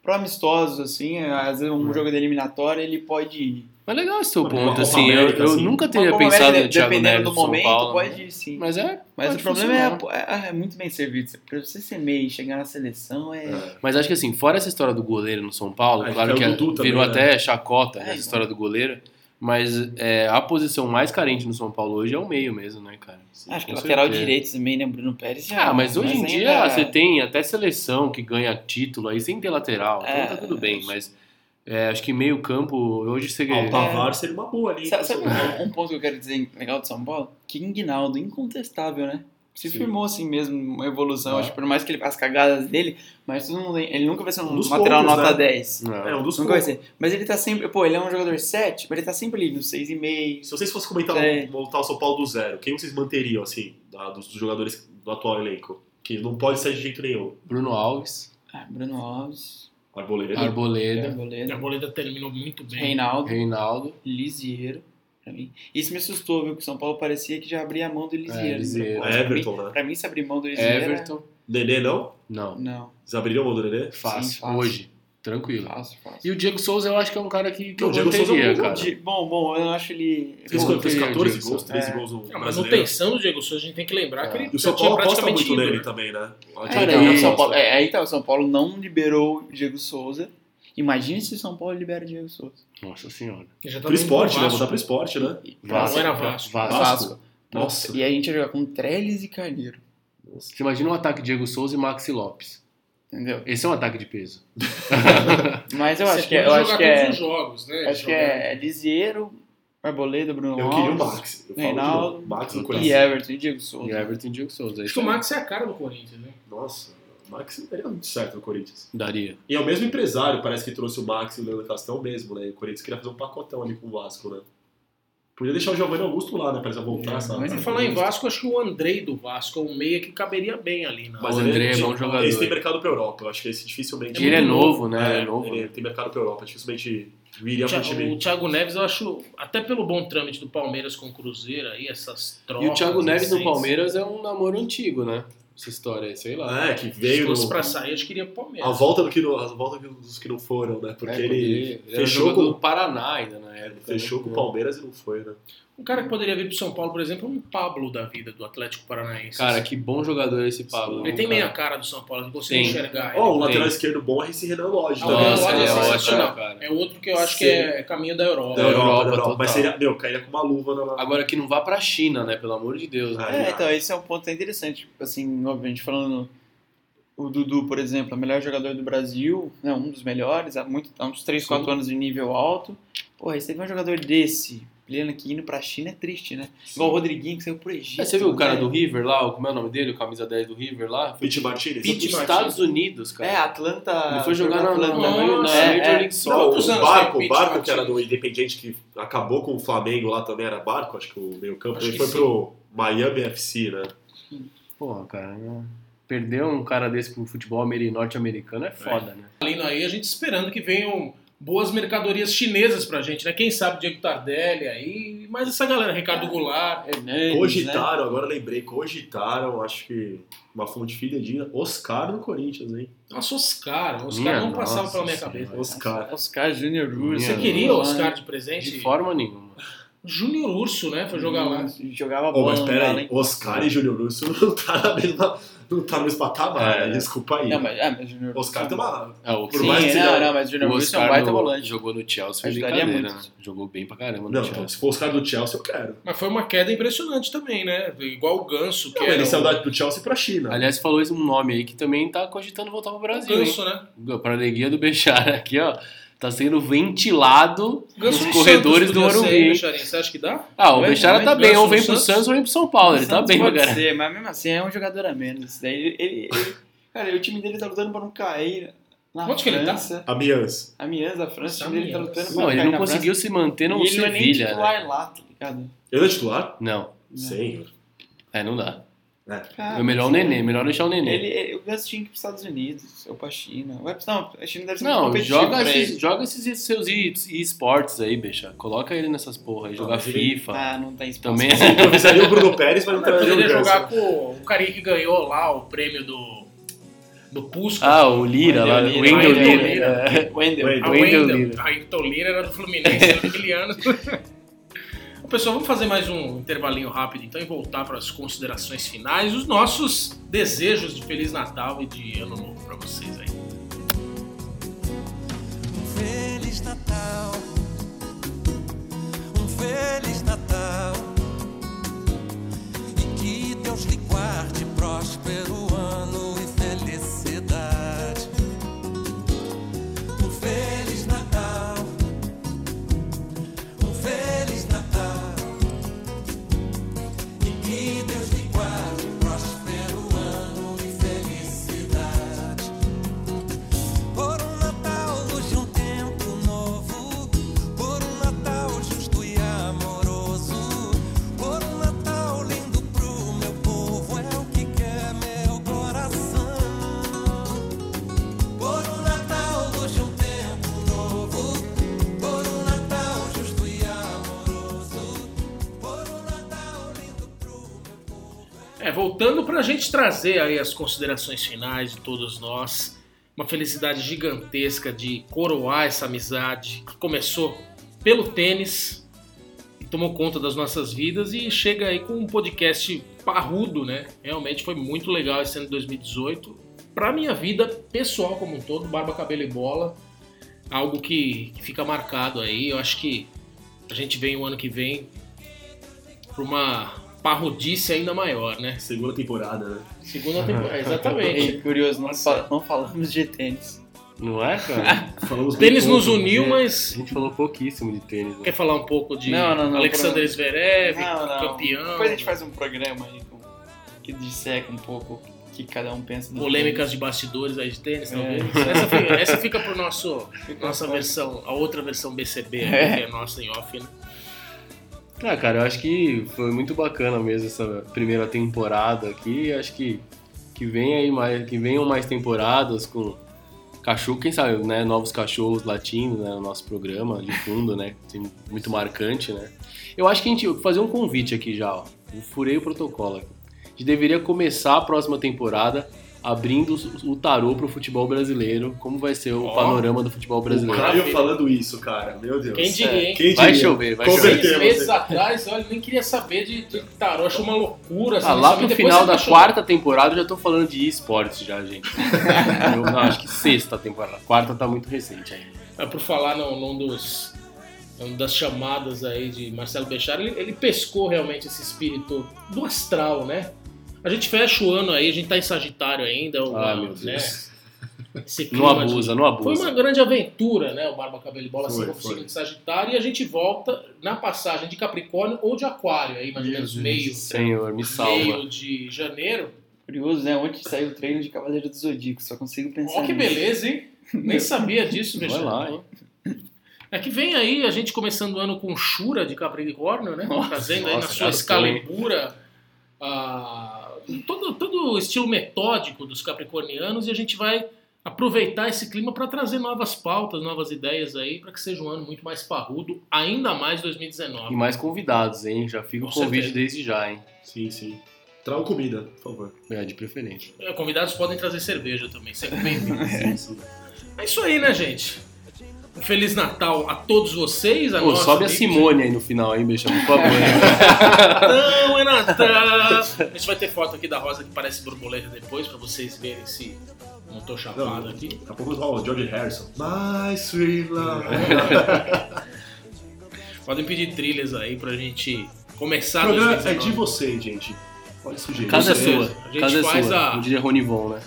para amistosos, assim, às vezes um jogo de eliminatória, ele pode ir.
Mas legal esse teu
Uma
ponto,
Copa
assim. Eu,
América,
eu
assim.
nunca
Mas
teria
como
pensado
é,
no Thiago
dependendo
Neves
do
do São
momento,
Paulo.
pode
né?
ir sim.
Mas é.
Mas
pode
o problema
funcionar.
é, é, é muito bem servido. Pra você ser meio e chegar na seleção é.
Mas acho que assim, fora essa história do goleiro no São Paulo,
Ah,
claro
tem
que
o
é-
Dudu também,
virou
né?
até chacota
É,
essa
então.
história do goleiro, mas é, a posição mais carente no São Paulo hoje é o meio mesmo, né, cara?
Acho que
Com
lateral
certeza.
direito também, né? Bruno Pérez. já-
Ah, mas hoje em dia
ainda- é.
você tem até seleção que ganha título aí sem ter lateral,
É,
então tá tudo bem, mas é, acho que meio campo hoje você
Ah, o
ganha.
Pavar seria uma boa ali.
Sabe, sabe
né?
um, um ponto que eu quero dizer legal de São Paulo? Que Guinaldo, incontestável, né? Se
Sim.
firmou assim mesmo, uma evolução.
Ah.
Acho que por mais que ele as cagadas dele, mas todo mundo, ele nunca vai ser um
Um dos
lateral
poucos,
nota
né?
10.
Não.
É, um dos
Nunca vai
poucos.
ser. Mas ele tá sempre. Pô, ele é um jogador 7, mas ele tá sempre ali no 6,5.
Se vocês fossem comentar
É.
montar o São Paulo do zero, quem vocês manteriam, assim, da- dos, dos jogadores do atual elenco? Que não pode sair de jeito nenhum.
Bruno Alves,
Ah, Bruno Alves.
Arboleda.
Arboleda,
E a
Arboleda,
boleta terminou muito bem.
Reinaldo,
Reinaldo,
Lisieiro. pra mim. Isso me assustou, viu? Que o São Paulo parecia que já abria a mão
É,
do Lisieiro. né?
Lisieiro.
Pra
Everton,
mim,
né?
pra mim, se abrir mão do Lisieiro. era-
Everton.
Nenê, não?
Não,
Não,
Vocês abririam a mão do Nenê?
fácil.
fácil.
Hoje, tranquilo.
fácil, fácil.
E o Diego Souza eu acho que é um cara que, que eu
Não, o Diego Souza é um
manteria,
bom
cara.
De- Bom, bom, eu acho ele.
Fez,
Eu
quanto? Fez
manteria o
14
Diego
gols,
Souza.
13
É.
gols no
É, mas
brasileiro. É.
manutenção do Diego Souza, a gente tem que lembrar que ele
E o São
já tinha
Paulo aposta
praticamente
muito nele
ídolo, né?
também, né?
Cara,
então,
Aquele
e o São
aposta.
Paulo, é, aí tá, o São Paulo não liberou o Diego Souza. Imagine se o São Paulo libera o Diego Souza.
Nossa senhora.
Ele já tá
Pro
indo pro
esporte, né?
Vasco.
Voltar pro esporte, né?
E-
Vasco. Não era Vasco.
Vasco.
Nossa.
E a gente ia jogar com Trellis e Carneiro.
Nossa.
Você imagina um ataque Diego Souza e Maxi Lopes.
Entendeu?
Esse é um ataque de peso.
Mas eu
Você
acho que é. Eu
pode
acho
jogar
que é,
todos os jogos, né?
acho que é Lisieiro, Arboleda, Bruno
Eu queria um assim. o
Alves
Max. Eu falo de
é Reinaldo.
novo, Max no
E
coração.
e é- Everton e Diego
E
Souza.
Everton e Diego Souza.
Acho que o Max é a cara do Corinthians, né?
Nossa, o Max daria muito certo no Corinthians.
daria.
E é o mesmo empresário, parece que trouxe o Max e o Leandro Castão mesmo, né? E o Corinthians queria fazer um pacotão ali com o Vasco, né? Podia deixar o Giovanni Augusto lá, né? Pra ele voltar,
É,
sabe?
mas
Pra falar em Vasco, acho que o Andrei do Vasco é um meia que caberia bem ali, né?
Mas
O
ele-
André é bom jogador.
Esse tem mercado pra Europa, eu acho que esse dificilmente...
E ele é
muito
novo, né? Ele é novo.
Ele
né?
tem mercado pra Europa, dificilmente viria pra um
O
time...
Thiago Neves, eu acho, até pelo bom trâmite do Palmeiras com o Cruzeiro aí, essas trocas.
E o Thiago Neves no
recentes,
Palmeiras é um namoro antigo, né? Essa história aí, sei lá.
É, que
Se
veio
fosse
no...
pra sair, acho que iria pro
A
Palmeiras.
volta, do que não- a volta dos que não foram, né? Porque
É,
ele,
era
fechou,
jogador
com,
do Paraná ainda na época.
fechou
né?
com o Palmeiras e não foi, né?
Um cara que poderia vir pro São Paulo, por exemplo, é um Pablo da vida, do Atlético Paranaense.
Cara, que bom jogador esse Pablo.
ele tem
cara.
meia cara do São Paulo, não consigo
Tem.
enxergar.
Ó, o
Ah, ele.
lateral esquerdo bom é esse Renan Lodge,
Ah,
também.
o
Nossa,
Olha,
ele é
esse
ótimo,
sensacional.
cara.
É outro que eu acho que
Sim.
é caminho da Europa.
Da Europa,
Europa,
da Europa. Mas
total.
seria, meu, cairia com uma luva na
Agora que não vá pra China, né? Pelo amor de Deus. né?
É,
É, então, esse é um ponto interessante. Tipo Assim, obviamente, falando o Dudu, por exemplo, é o melhor jogador do Brasil, né, um dos melhores, há, muito, há uns 3, 4 anos de nível alto. Porra, aí você vê um jogador desse, pleno que indo pra China é triste, né? Igual o Rodriguinho que saiu pro Egito.
É, você viu o cara
né?
do River lá, o- como é o nome dele? O camisa 10 do River lá? Foi
Pete Martinez.
pros
Pete
Estados Unidos,
É,
cara.
Atlanta.
Ele foi jogar na, na, na,
Atlanta.
na
Nossa,
Major
é,
League
Não,
Soccer.
Quantos
o
anos
barco,
tem
o
o
barco
Pete
que era do Independiente que acabou com o Flamengo lá também era barco, acho que o meio campo.
Acho
Ele
que
foi
sim.
pro Miami FC, né?
Porra, cara, né? perder um cara desse pro futebol ameri- norte-americano é foda, né?
Além aí, a gente esperando que venham boas mercadorias chinesas pra gente, né? Quem sabe Diego Tardelli aí, mas essa galera, Ricardo Goulart.
Hernandes, né?
Cogitaram, agora lembrei, cogitaram, acho que uma fonte fidedigna, Oscar no Corinthians, hein?
Nossa, Oscar. Oscar
Minha
não passava
nossa
pela minha
senhora.
cabeça.
Oscar.
né? Oscar Júnior Urso.
Você
Você queria
né?
Oscar de
De Hum.
presente?
forma nenhuma.
Júnior Urso, né? Foi jogar lá.
Jogava
Oh,
bola. né?
mas
no
pera
Galo,
aí,
hein?
Oscar e Júnior Russo não tá na mesma. Não tá no mesmo patamar,
É.
né? Desculpa aí.
Não, mas, ah, mas Júnior
Oscar tem uma.
É, o
Por
Sim,
mais que
não,
seja-
não, mas o Júnior
o
Urso é um
Oscar
baita
no-
volante.
jogou no Chelsea, foi
Ajudaria
brincadeira,
muito.
né? Jogou bem pra caramba no
Não, então,
Chelsea.
se for Oscar do Chelsea, eu quero.
Mas foi uma queda impressionante também, né? Igual o Ganso, que
Não,
era
ele
um-
saiu da- do Chelsea pra China.
Aliás, falou esse um nome aí que também tá cogitando voltar pro
o
Brasil, hein?
Ganso, né?
Pra alegria do Bechara aqui, ó. Tá sendo ventilado
Ganso
nos
no
corredores
Santos
do
podia ser,
Morumbi.
hein,
hein?
Bechara? Você acha que dá?
Ah, o
Ué, é
Bechara tá
realmente,
bem.
Ganso
Ou
no
vem pro
Santos?
Santos ou vem pro São Paulo. Ele tá
Santos
bem, pra
pode
caramba.
ser, mas mesmo assim é um jogador a menos. Daí ele, ele- ele- cara, o time dele tá lutando pra não cair na
Onde que ele tá?
França.
Amiens.
A Mians, a França, o time dele tá lutando pra
Não,
não
ele
cair
não
na França.
conseguiu se manter no
E ele não é nem
Sevilha. né?
titular lá, tá ligado?
Ele é titular?
Não,
Senhor.
é, não dá.
Cara,
É melhor o
Ah, mas
Nenê, melhor deixar o Nenê.
Ele, ele, o Ganso tinha que ir pros Estados Unidos, ou pra China. Vai, pra- não, a China deve ser muito
Não,
competitiva
joga
é pra
esses,
ele.
joga esses seus e- e esportes aí, bicha. Coloca ele nessas porra aí, jogar
mas ele-
FIFA.
Ah, não tem espaço.
Também é.
Improvisaria o Bruno Pérez, mas não
Mas
traria o
poderia
Ganso.
jogar com o carinha que ganhou lá o prêmio do, do Pusco.
Ah, o Lira lá, o
Wendel
Wendel
Lira.
Lira. é.
Wendel.
Wendel.
a
Wendel
Wendel.
Lira.
A Ayrton Lira era do Fluminense, era daquele ano. Pessoal, vamos fazer mais um intervalinho rápido então e voltar para as considerações finais, os nossos desejos de Feliz Natal e de Ano Novo para vocês aí.
Um Feliz Natal, um Feliz Natal, e que Deus lhe guarde próspero ano e felicidade. Um Feliz Natal, um Feliz Natal, e que Deus lhe guarde próspero ano e felicidade. Por um Natal de um tempo novo um é um
É, voltando para a gente trazer aí as considerações finais de todos nós, uma felicidade gigantesca de coroar essa amizade que começou pelo tênis e tomou conta das nossas vidas e chega aí com um podcast parrudo, né? Realmente foi muito legal esse ano de 2018. Para minha vida pessoal como um todo, barba, cabelo e bola, algo que, que fica marcado aí. Eu acho que a gente vem o ano que vem para uma parrudice ainda maior, né?
Segunda temporada, né?
Segunda temporada, exatamente.
Ei, curioso, não, fa- não falamos de tênis.
Não é, cara?
Falamos
O tênis
muito
nos
pouco,
uniu,
né?
A
mas
gente falou pouquíssimo de tênis. né?
quer falar um pouco de
Não, não, não,
Alexander
pra-
Zverev,
Não, não.
É, campeão,
Depois a gente faz um programa aí com- que disseca um pouco o que cada um pensa. do
polêmicas de bastidores aí de tênis,
É.
talvez. Essa fica, essa fica pro nosso,
tênis. Fica
nossa
uma-
versão, a outra versão BCB,
É.
que é nossa em off, né?
Ah, cara, eu acho que foi muito bacana mesmo essa primeira temporada aqui. Acho que que vem aí mais, que venham mais temporadas com cachorro, quem sabe, né, novos cachorros latindo né, no nosso programa de fundo, né? assim, Muito marcante, né? Eu acho que a gente vou fazer um convite aqui já, ó. Eu furei o protocolo. aqui. A gente deveria começar a próxima temporada abrindo o tarô pro futebol brasileiro, como vai ser o
Ó.
panorama do futebol
O
brasileiro.
Caio falando isso, cara. Meu Deus. É.
Quem diria, hein?
Quem
Vai
diria?
chover, vai
Com
chover.
Seis
certeza.
meses atrás, olha, nem queria saber de, de tarô, acho uma loucura.
Ah,
assim,
lá
sabe?
pro
Depois
final
você
da
tá chorando.
quarta temporada eu já tô falando de esportes já, gente. eu, não, acho que sexta temporada. Quarta tá muito recente ainda.
É, por falar num, num dos num das chamadas aí de Marcelo Bechara, ele, ele pescou realmente esse espírito do astral, né? A gente fecha o ano aí, a gente tá em Sagitário ainda, o,
Ah, meu Deus.
né? Esse
Não
clima de-
abusa, não
Foi uma
abusa.
grande aventura, né? O Barba Cabelo e Bola
Foi,
assim como
foi.
signo de Sagitário, e a gente volta na passagem de Capricórnio ou de Aquário, aí, mais ou menos meio,
Senhor, me salva.
meio de janeiro.
Curioso, né? Ontem saiu o treino de Cavaleiro do Zodíaco, só consigo pensar
Ó, que
nisso.
beleza, hein? Nem sabia disso,
Vai
Bechara.
lá, hein?
É que vem aí a gente começando o ano com Shura de Capricórnio, né? Trazendo aí na
nossa,
sua
Gastão,
escalibura ah, todo, todo o estilo metódico dos capricornianos e a gente vai aproveitar esse clima para trazer novas pautas, novas ideias aí, para que seja um ano muito mais parrudo, ainda mais
E
2019.
mais convidados, hein? Já fica o
Com
convite
certeza.
desde já, hein?
Sim, sim. Tragam comida, por favor.
É, de preferência.
É, Convidados podem trazer cerveja também, sempre bem-vindo.
Sim, sim.
É isso aí, né, gente? Um Feliz Natal a todos vocês. A
Pô,
nossa
sobe a
amiga-
Simone aí no final, hein, bichão? Por favor.
Não, é Natal! A gente vai ter foto aqui da Rosa que parece borboleta depois, pra vocês verem se não tô chapado
Não.
aqui.
Daqui a pouco ó, o George Harrison. My sweet love.
Podem pedir trilhas aí pra gente
O
começar
programa é de
2019.
vocês, gente. Pode sugerir.
Tá né? Casa é
Com certeza.
sua.
A gente
Casa é
faz
sua.
a-
Não diria Ronivon, né?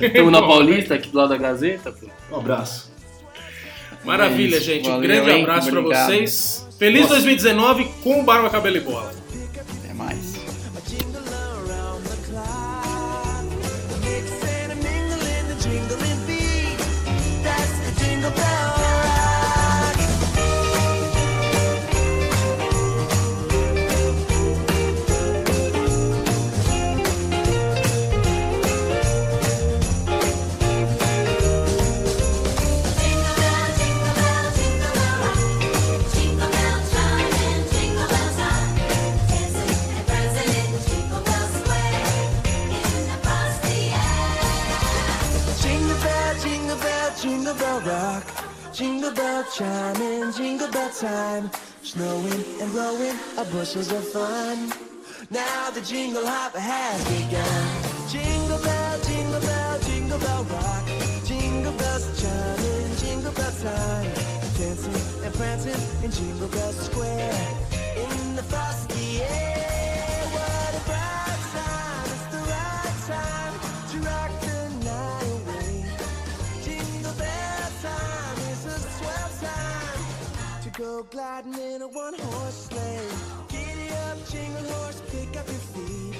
Estamos na
Bom,
Paulista, aqui do lado da Gazeta, pô.
Um abraço.
Maravilha,
É isso.
gente. um
Valeu,
grande
hein?
abraço pra
Obrigado.
vocês. Feliz 2019 com Barba, Cabelo e Bola.
Até mais.
A jingle around the clock. A mix and a mingle and a jingling beat. That's the jingle bell rock.
Jingle bell, jingle bell, jingle bell rock. Jingle bell chime and jingle bells hop. Dancing and prancing in Jingle Bell Square in the frosty air.
Jingle bell, jingle bell, jingle bell rock. Jingle bell chiming, jingle bell time. Snowing and blowing are bushels of fun. Now the jingle hop has begun. Jingle bell, jingle bell, jingle bell rock. Jingle bells chiming, jingle bell time. Dancing and prancing in Jingle Bell Square. In the frosty air, what a bright time! It's the right time to rock the night away. Jingle bell time is a swell time to go gliding in a one horse sleigh. Giddy up, jingle horse, pick up your feet.